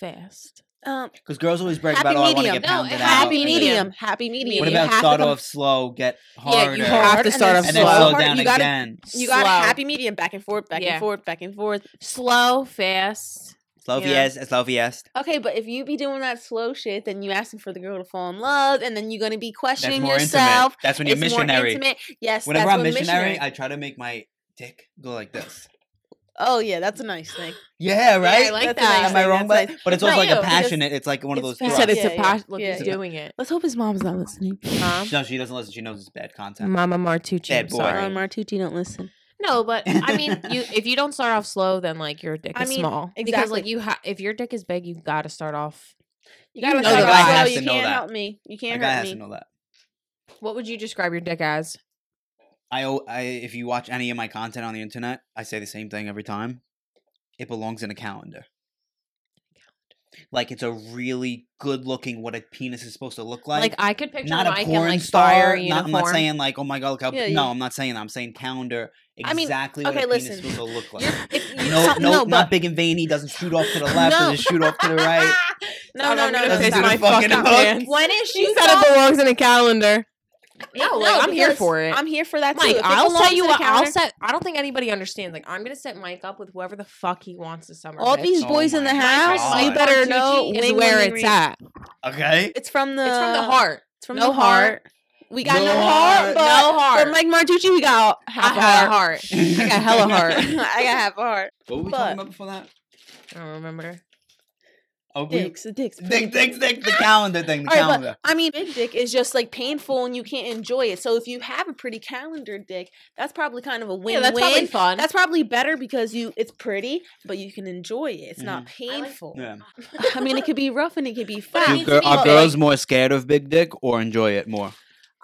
Fast.
Um,
Because girls always brag
Happy
about, oh, I want to
medium.
get
No,
pounded out.
happy
and then-
medium. Happy medium.
What
You
about
have
start
to-
off slow, get
Yeah,
harder?
you
hard
have to
and
start
then
off
and
slow.
then slow
Hard,
down
you gotta-
again.
You got
Slow.
a happy medium, back and forth, back
Yeah.
and forth, back and forth.
slow, fast.
Slow
Yeah.
fiest, slow fiest.
Okay, but if you be doing that slow shit, then you asking for the girl to fall in love, and then you're gonna be
That's
questioning
more
yourself.
intimate. That's when you're
It's More
missionary.
intimate. Yes,
Whenever
that's
I'm
what
missionary, I try to make my dick go like this.
oh yeah, that's a nice thing.
Yeah, right?
I like
That's a
that.
nice
Am I
thing,
wrong?
that's
But, but it's
Not
also like
you,
a
because
passionate. It's like one of
it's
those.
He
fast.
thrusts.
said it's
Yeah,
a
yeah,
passion. Look,
yeah.
he's doing it.
Let's hope his mom's not listening.
Huh?
No, she doesn't listen. She knows it's bad content.
Mama Martucci.
Bad
I'm
boy.
sorry.
Right.
Ron Martucci, don't listen.
Um, No, but I
<laughs>
mean, you if you don't start off slow, then like your dick
I
is
mean,
small. Because like
exactly.
you ha- if your dick is big, you've got to start off.
You
You
gotta
know
start
the
off
guy
slow,
has
You
to know
can't
that.
help me. You
The
can't
guy
help
has to
me.
know that.
What would you describe your dick as?
I, al- I if you watch any of my content on the internet, I say the same thing every time. It belongs in a calendar. Like it's a really good looking what a penis is supposed to look like.
Like, I could picture
not a
Mike in
porn
like
star.
fire
Not, I'm
uniform.
not saying like, oh my god, look how.
Yeah,
no,
you-
I'm not saying that. I'm saying calendar.
I mean,
Exactly
okay,
what a penis is
listen.
supposed to look like.
You're- if you-
no,
some-
no,
no,
not
but-
big and veiny. Doesn't shoot off
<laughs>
to the left.
No.
Doesn't shoot off to the right.
<laughs> No,
I'm
no,
gonna
no, no.
Doesn't
piss
do
stop.
the
my
fucking
fucking
hook.
pants.
When is
She
she
said it belongs in a calendar. No, like, I'm here
because
for it.
I'm here for that
Mike,
too. If it
I'll
belongs
set you
in a
up. I'll
calendar-
set. I don't think anybody understands. Like, I'm gonna set Mike up with whoever the fuck he wants this summer.
all
bitch.
these
Oh
boys in
my
the house.
God.
You better
Gucci
know
is
wing,
where
wing,
it's
wing.
at.
<laughs>
Okay.
It's from the
It's from the heart.
It's from
No
the heart. We got no,
No
heart,
heart.
but
No heart.
But Mike Martucci, we got <laughs> half
I
a
had a
heart.
heart. I got hella heart.
I got half a heart.
<laughs> What were we
But-
talking about before that?
I don't remember.
Oh, we-
Dicks, dicks,
Dick, dick, dick, the calendar thing, the
All right,
calendar.
but I mean, big dick is just like painful and you can't enjoy it. So if you have a pretty calendar dick, that's probably kind of a win-win.
yeah, that's probably fun.
That's probably better because you it's pretty, but you can enjoy it. It's not painful. I,
Mm. yeah.
mean, it could be rough and it could be
it
fun.
needs to be big.
more scared of big dick or enjoy it more?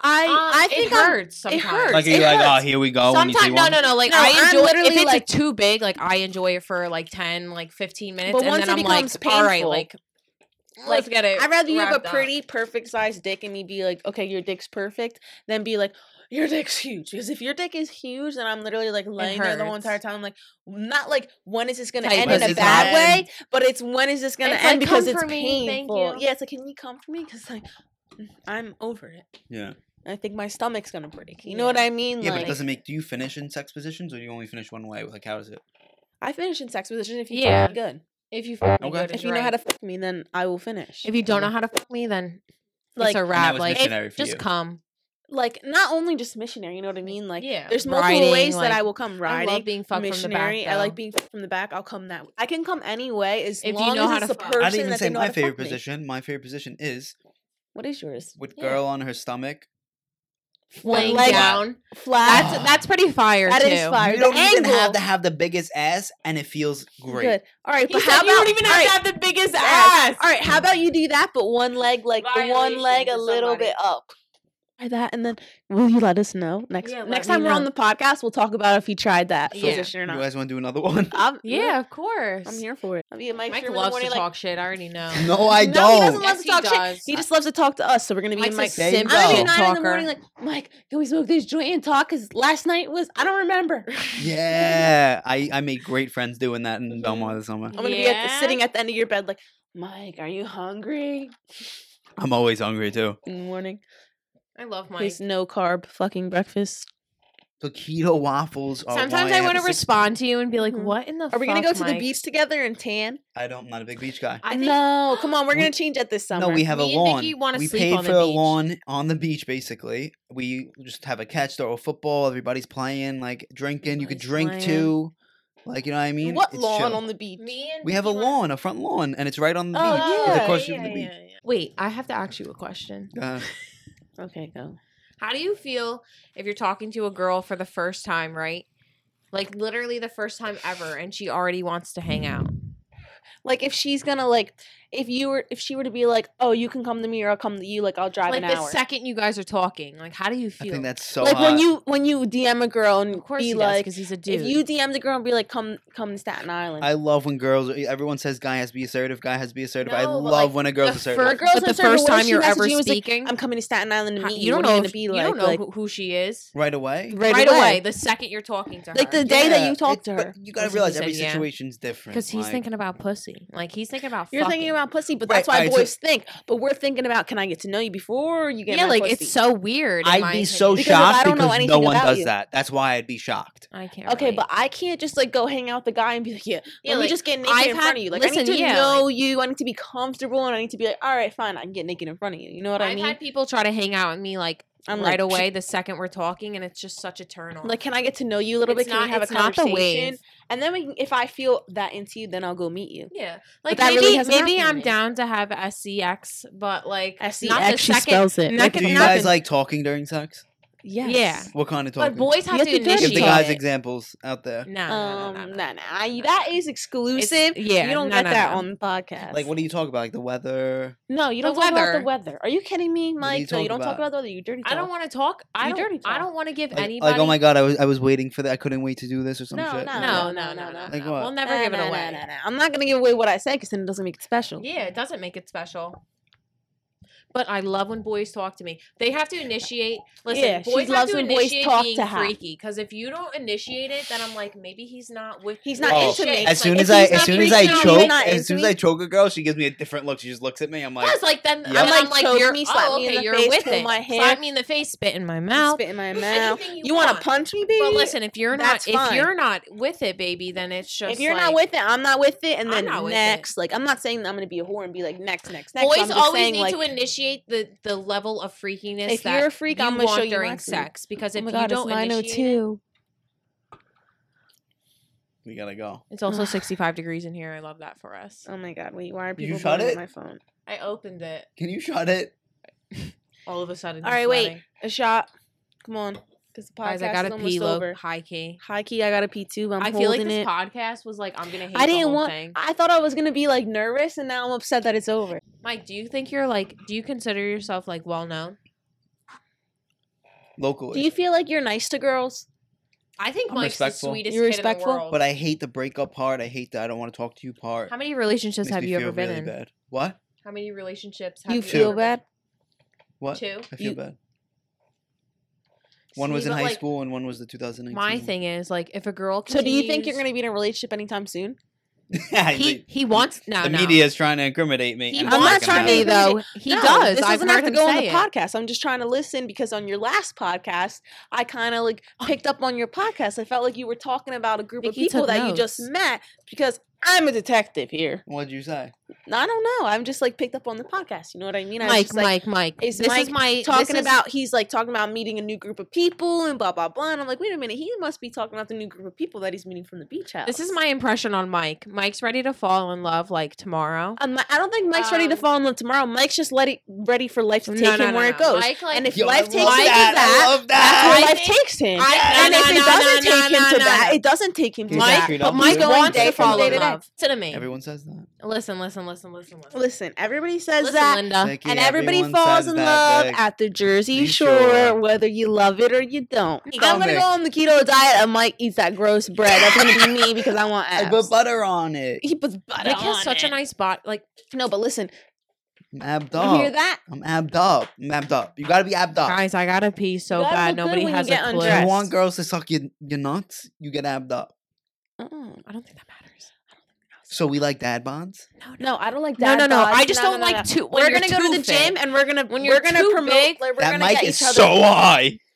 I I
it
think I'm,
hurts sometimes.
hurts. Like,
Like are you
It
like,
hurts.
oh, here we go. when you see
Sometimes no
one?
no no like
No,
I
I'm
enjoy if
literally,
it's
like-
a too big like I enjoy it for like 10 like 15 minutes
But
and
once it
then I'm like
becomes
all right
painful,
like let's
like,
get it
I'd rather you have
wrapped
a
up.
pretty, perfect sized dick and me be like, okay, your dick's perfect, than be like, your dick's huge. Because if your dick is huge, then I'm literally like laying there the whole
hurts.
entire time. I'm like, not like when is this gonna
Tight
end
But
in a
it's
bad
not-
way, but it's when is this gonna
It's
end
like,
because
"Come
it's
for me, thank
painful.
you.
Yeah, it's like, can you come for me? Because like, mm, I'm over it.
Yeah.
I think my stomach's gonna break. You know what I mean?
Yeah, but
like,
it doesn't make. Do you finish in sex positions, or you only finish one way? Like, how does it?
I finish in sex position if you yeah.
Yeah.
good.
if you fuck me
Okay.
good,
If
it's
you know how
right.
to fuck me, then I will finish.
if you don't know how to fuck me then
like
it's a
that
wrap
was
like
missionary for
just
you.
come
like not only just missionary, you know what I mean? Like
Yeah.
there's multiple
Riding,
ways that I
like-
will come
I
riding.
love being fucked from the back
missionary. I like
though.
being fucked from the back. I'll come that. I can come any way as
If you
long
know how
as
to
it's the
fuck.
person
I didn't even
that
say
they know
my
how to fuck
favorite
me.
position. My favorite position is
What is yours?
with
Yeah.
girl on her stomach.
laying
leg
down
Flat.
that's that's pretty fire
That
too
is fire.
You don't
the
even
angle.
have to have the biggest ass, and it feels great.
Good. All right,
He
but
said
how about
you don't even
all
have
right,
to have the biggest
ass.
ass
All right, how about you do that, but one leg, like the one
Violation
leg,
to
a little
somebody.
bit up. Try that, and then will you let us know next
Yeah, let
next
me
time we're on
know.
the podcast? We'll talk about if you tried that
Yeah.
position or
You
not.
guys want to do another <laughs> one?
I'm,
yeah of course
I'm here for it. I'll be at Mike
Mike
Sherman in the
loves to
morning, like,
talk shit I already know
No,
No,
I
he
don't.
doesn't love to
he
talk shit.
does.
He just loves to talk to us, so we're gonna be
Mike's a
Mike's.
There you
simp
go.
I'm gonna be
Oh.
nine in the
talker.
morning, like Mike, can we smoke this joint and talk? Cause last night was I don't <laughs>
<laughs>
remember.
yeah, I I made great friends doing that in Belmar this summer.
I'm gonna be at the,
Yeah.
sitting at the end of your bed, like Mike, are you hungry?
I'm always hungry too.
In the morning,
I love Mike
his no carb fucking breakfast.
The keto waffles. Are
Sometimes I
why have
want
Oh, a
to
six-
respond to you and be like,
Mhm.
"What in the?
Are we gonna go
fuck,
to the
Mike?"
beach together and tan?
I don't. I'm not a big beach guy.
I think
no, come on, we're
We-
gonna change it this summer.
No, we have a
Me and
lawn.
Vicky wanna
we
sleep
paid
on
for
the
a
beach.
lawn on the beach, basically. We just have a catch, throw a football. Everybody's playing, like drinking. You could
Everybody's
drink too. Like you know what I mean?
what
It's
lawn
chill.
on the beach?
Me and
We have a
Vicky wanna-
lawn, a front lawn, and it's right on the
Oh,
beach.
yeah,
It's across
yeah,
from the beach.
Wait, I have to ask you a question.
Uh,
Okay, go.
How do you feel if you're talking to a girl for the first time, right? Like literally the first time ever, and she already wants to hang out.
Like if she's gonna like, if you were, if she were to be like, oh, you can come to me or I'll come to you. Like I'll drive
Like
an
the
hour.
second you guys are talking, like how do you
I
feel?
think that's so
like when
hot.
you when you DM a girl and
of course
be
he
like,
because he's a
if
dude.
you DM the girl and be like, come come to Staten Island.
I love when girls. Everyone says guy has to be assertive. Guy has to be assertive. I
No, but,
love
like,
when a girl's
the
assertive.
fir-
Girls
but the
answer, but
first
what if
time
she
you're
messaged
ever
you and was like,
speaking,
I'm coming to Staten Island to
how-
meet
you don't
What are
know
gonna
if,
be
you
like,
don't know
like,
who- who she is
right away.
right, away. the second you're talking to her.
Like the day that you
it's-
talk to
but
her.
you gotta
That's what
realize
he said,
every
yeah.
situation's different.
because he's
like-
thinking about pussy. Like he's thinking about.
You're thinking
fucking.
about pussy, but
Right,
that's why
alright, so-
boys think. But we're thinking about, can I get to know you before you get
yeah,
my
like
pussy?
it's so weird. in
I'd
my
be so
Because if
shocked
I don't know
because no
anything
one
about
does
you.
that. That's why I'd be shocked.
I can't.
Okay, but I can't just like go hang out with the guy and be like, yeah,
Yeah,
let me
like,
just get naked
I've
in
had-
front of you. Like, I need
listen,
to
yeah,
know you. I need to be comfortable, and I need to be like, all right, fine, I can get naked in front of you. You know what
I've
I mean?
had people try to hang out with me like
I'm like,
right away the second we're talking, and it's just such a turn on.
Like, can I get to know you a little
It's
bit? Can
not-
we have
it's
a
not the
conversation?
wave.
And then we, can, if I feel that into you, then I'll go meet you.
yeah, like
that
maybe
really hasn't
maybe
happened to
I'm
me.
down to have SEX, but like
SEX,
not the
she
second.
spells it.
not
Like,
the
Do you
nothing.
guys like talking during sex?
Yes.
Yeah.
What kind of
But
talking?
boys have,
have
to,
to do it.
Give
initiate
the guys
it.
examples out there.
No,
Um, nah, nah,
no.
That is exclusive.
yeah,
you don't
no,
get
no,
that
no.
on the podcast.
Like, what do you talk about? Like the weather.
No, you
The
don't talk about
weather.
the weather. Are you kidding me,
What do you
Mike? no, you
talk
don't talk
about?
about the weather. You dirty.
I don't
talk.
want to talk. I
You
don't.
dirty
I
talk.
don't want to give
Like,
anybody.
like, oh my god, I was I was waiting for that. I couldn't wait to do this or some
No,
shit.
no,
No, no, no, no. no.
Like what?
We'll never
Nah,
give it
nah, nah,
away.
nah, nah. I'm not gonna give away what I say because then it doesn't make it special.
Yeah, it doesn't make it special. But I love when boys talk to me. They have to initiate. Listen,
Yeah, she
boys have
loves
to
when boys
initiate
talk
being
to her.
freaky. Because if you don't initiate it, then I'm like, maybe he's not with.
He's
you.
not
Oh,
into me.
shit.
As
It's
soon
like,
as
if
I
he's
as
not
soon as
freaking
I
out, he's
choke,
not
as soon as
into
I
me.
choke a girl, she gives me a different look. She just looks at me. I'm like,
Plus, like then
Yeah.
I'm
Like,
like, like
choke
you're
me, slap
oh,
me in
okay,
the
you're
face,
with
pull
it.
my hair.
Slap me in the face, spit in my
You
mouth.
Spit in my mouth.
Anything
You,
you
want to
want.
punch me, baby?
But listen, if you're not,
That's
if
fine.
you're not with it, baby, then it's just
if you're
like,
not with it, I'm not with it. And
I'm
then
not with it.
next, like I'm not saying that I'm gonna be a whore and be like next, next, next. I'm
Boys
just
always
saying,
need
like,
to initiate the the level of freakiness.
If
that
you're a freak,
you
I'm gonna show
want
you
during
mine.
sex because
Oh
if
my
you
god, it's
don't initiate, it,
902.
we gotta go.
It's also 65 degrees in here. I love that for us.
Oh my god, wait, why are
You
people
shut
blowing up
it?
my phone?
I opened it
Can you shut it?
all of a sudden.
All
he's
right, wait,
sweating.
a shot. Come on, because the podcast
Guys, I got
is
to
almost
pee
over.
low. High key.
Hi, Key, I got a P too. I'm
I feel
holding
like this
it.
podcast was like I'm gonna hate.
I
the
didn't
whole
want.
Thing.
I thought I was gonna be like nervous, and now I'm upset that it's over.
Mike, do you think you're like? Do you consider yourself like well known?
Locally.
Do you feel like you're nice to girls?
I think
I'm
Mike's
respectful.
the sweetest
You're
kid in the
respectful?
world.
but I hate the breakup part. I hate that I don't want to talk to you part.
How many relationships
Makes
have
me
you
feel
ever been
really
in?
Bad. What?
How many relationships have
Do you
you,
feel
ever
bad?
What?
Two.
I feel
You-
bad. One was
See,
in
but,
high
like,
school and one was the 2019.
My
<laughs>
thing is like if a girl.
So do you think you're
continues-
gonna be in a relationship anytime soon?
He he wants no
the
Oh, no.
media is trying to incriminate me.
He
and it's
I'm
not
not
wants
gonna
trying
to
to
be
happen.
incriminate
though. He
No,
does.
This
I've
doesn't
heard
have to
him
go on
say
the
it.
podcast. I'm just trying to listen because on your last podcast, I kind of like picked up on your podcast. I felt like you were talking about a group of
Nikki
people
took
that you just
notes.
met because I'm a detective here.
What'd you say?
I don't know. I'm just like picked up on the podcast. You know what I mean? I was
Mike,
just, like,
Mike, Mike.
is
this
Mike
is my
talking
this is-
about he's like talking about meeting a new group of people and blah blah blah. And I'm like, wait a minute, he must be talking about the new group of people that he's meeting from the beach house.
This is my impression on Mike. Mike's ready to fall in love like tomorrow.
Um, I don't think Mike's ready to
Um,
fall in love tomorrow. Mike's just ready ready for life to take him where it goes.
Mike, like,
And if
Yo,
life
I
takes
love
him to
I
that, that's
love that.
where
I
life
think-
takes him.
I-
and
no,
if it
no,
doesn't
no,
take
no,
him to
no,
that,
no.
it doesn't take him to
Mike-
that.
Exactly,
but
don't
Mike
do it.
wants
One
to
day from
fall
day
in
to day.
love. Listen to me.
<laughs> Everyone says that.
Listen, listen, listen, listen, listen.
Listen, everybody says
Listen,
that.
Linda.
Becky,
And everybody
everyone
falls
says
in
that,
love
Beck.
at the Jersey
Be
Shore,
sure.
whether you love it or you don't. I'm gonna
Stomach.
go on the keto diet and Mike eats that gross bread. That's gonna be me because I want
I
abs.
put butter
<laughs>
on it.
he puts butter
Nick
on
has such
it.
a nice bot. Like
No, but listen,
I'm abbed
you hear
up.
that?
I'm abbed up. I'm abbed up. You gotta be abbed up.
Guys, I gotta pee so
You gotta
bad.
look good
Nobody
when you
has
get
a clue.
If
undressed.
you want girls to suck your, your nuts, you get abbed up.
Uh-uh.
I don't think that matters.
So we like dad bonds.
No, I don't like
No,
dad
no, no.
bods.
I just don't like too- when
We're
you're
gonna go to
too
the
fit.
gym and we're gonna
When
we're
you're
gonna
too
promote.
big,
like, we're
That
gonna
mic
get
is
each other.
so high. <laughs>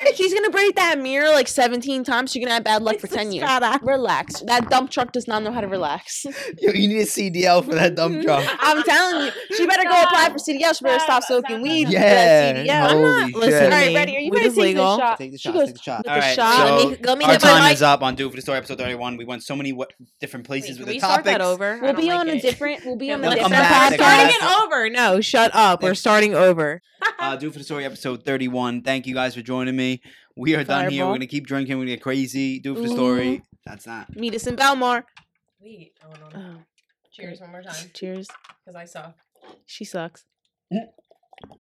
Like, he's gonna break that mirror like seventeen times. You're gonna have bad luck for ten years. Relax. That dump truck does not know how to relax.
Yo, you need a CDL for that dump truck.
I'm telling you, she better go apply for CDL. She better stop soaking weed. for that
Yeah.
CDL.
Holy
listening.
All
shit.
right, ready? Are you
Weed
ready to
is
take this
legal.
shot?
Take the
She
shot.
goes,
take the shot.
with
All
the
right.
shot.
So
let me let me
our
get my
time
mic.
is up on Do for the Story episode 31. We went so many w- different places
Wait, can
with the
we
topics.
start that over?
We'll
I don't
be
like
on a
it.
different. Well be on a
We'll
different
come back.
podcast.
Take a
Starting it over. No, shut up. We're starting over.
Uh, Do for the Story episode 31. Thank you guys for joining me. We are done here. We're
Fireball.
going to keep drinking. We're going to get crazy. Do for the Story. That's not.
Meet us in Belmar.
wait, hold on.
Oh,
Cheers one more time
cheers.
because I suck.
She sucks.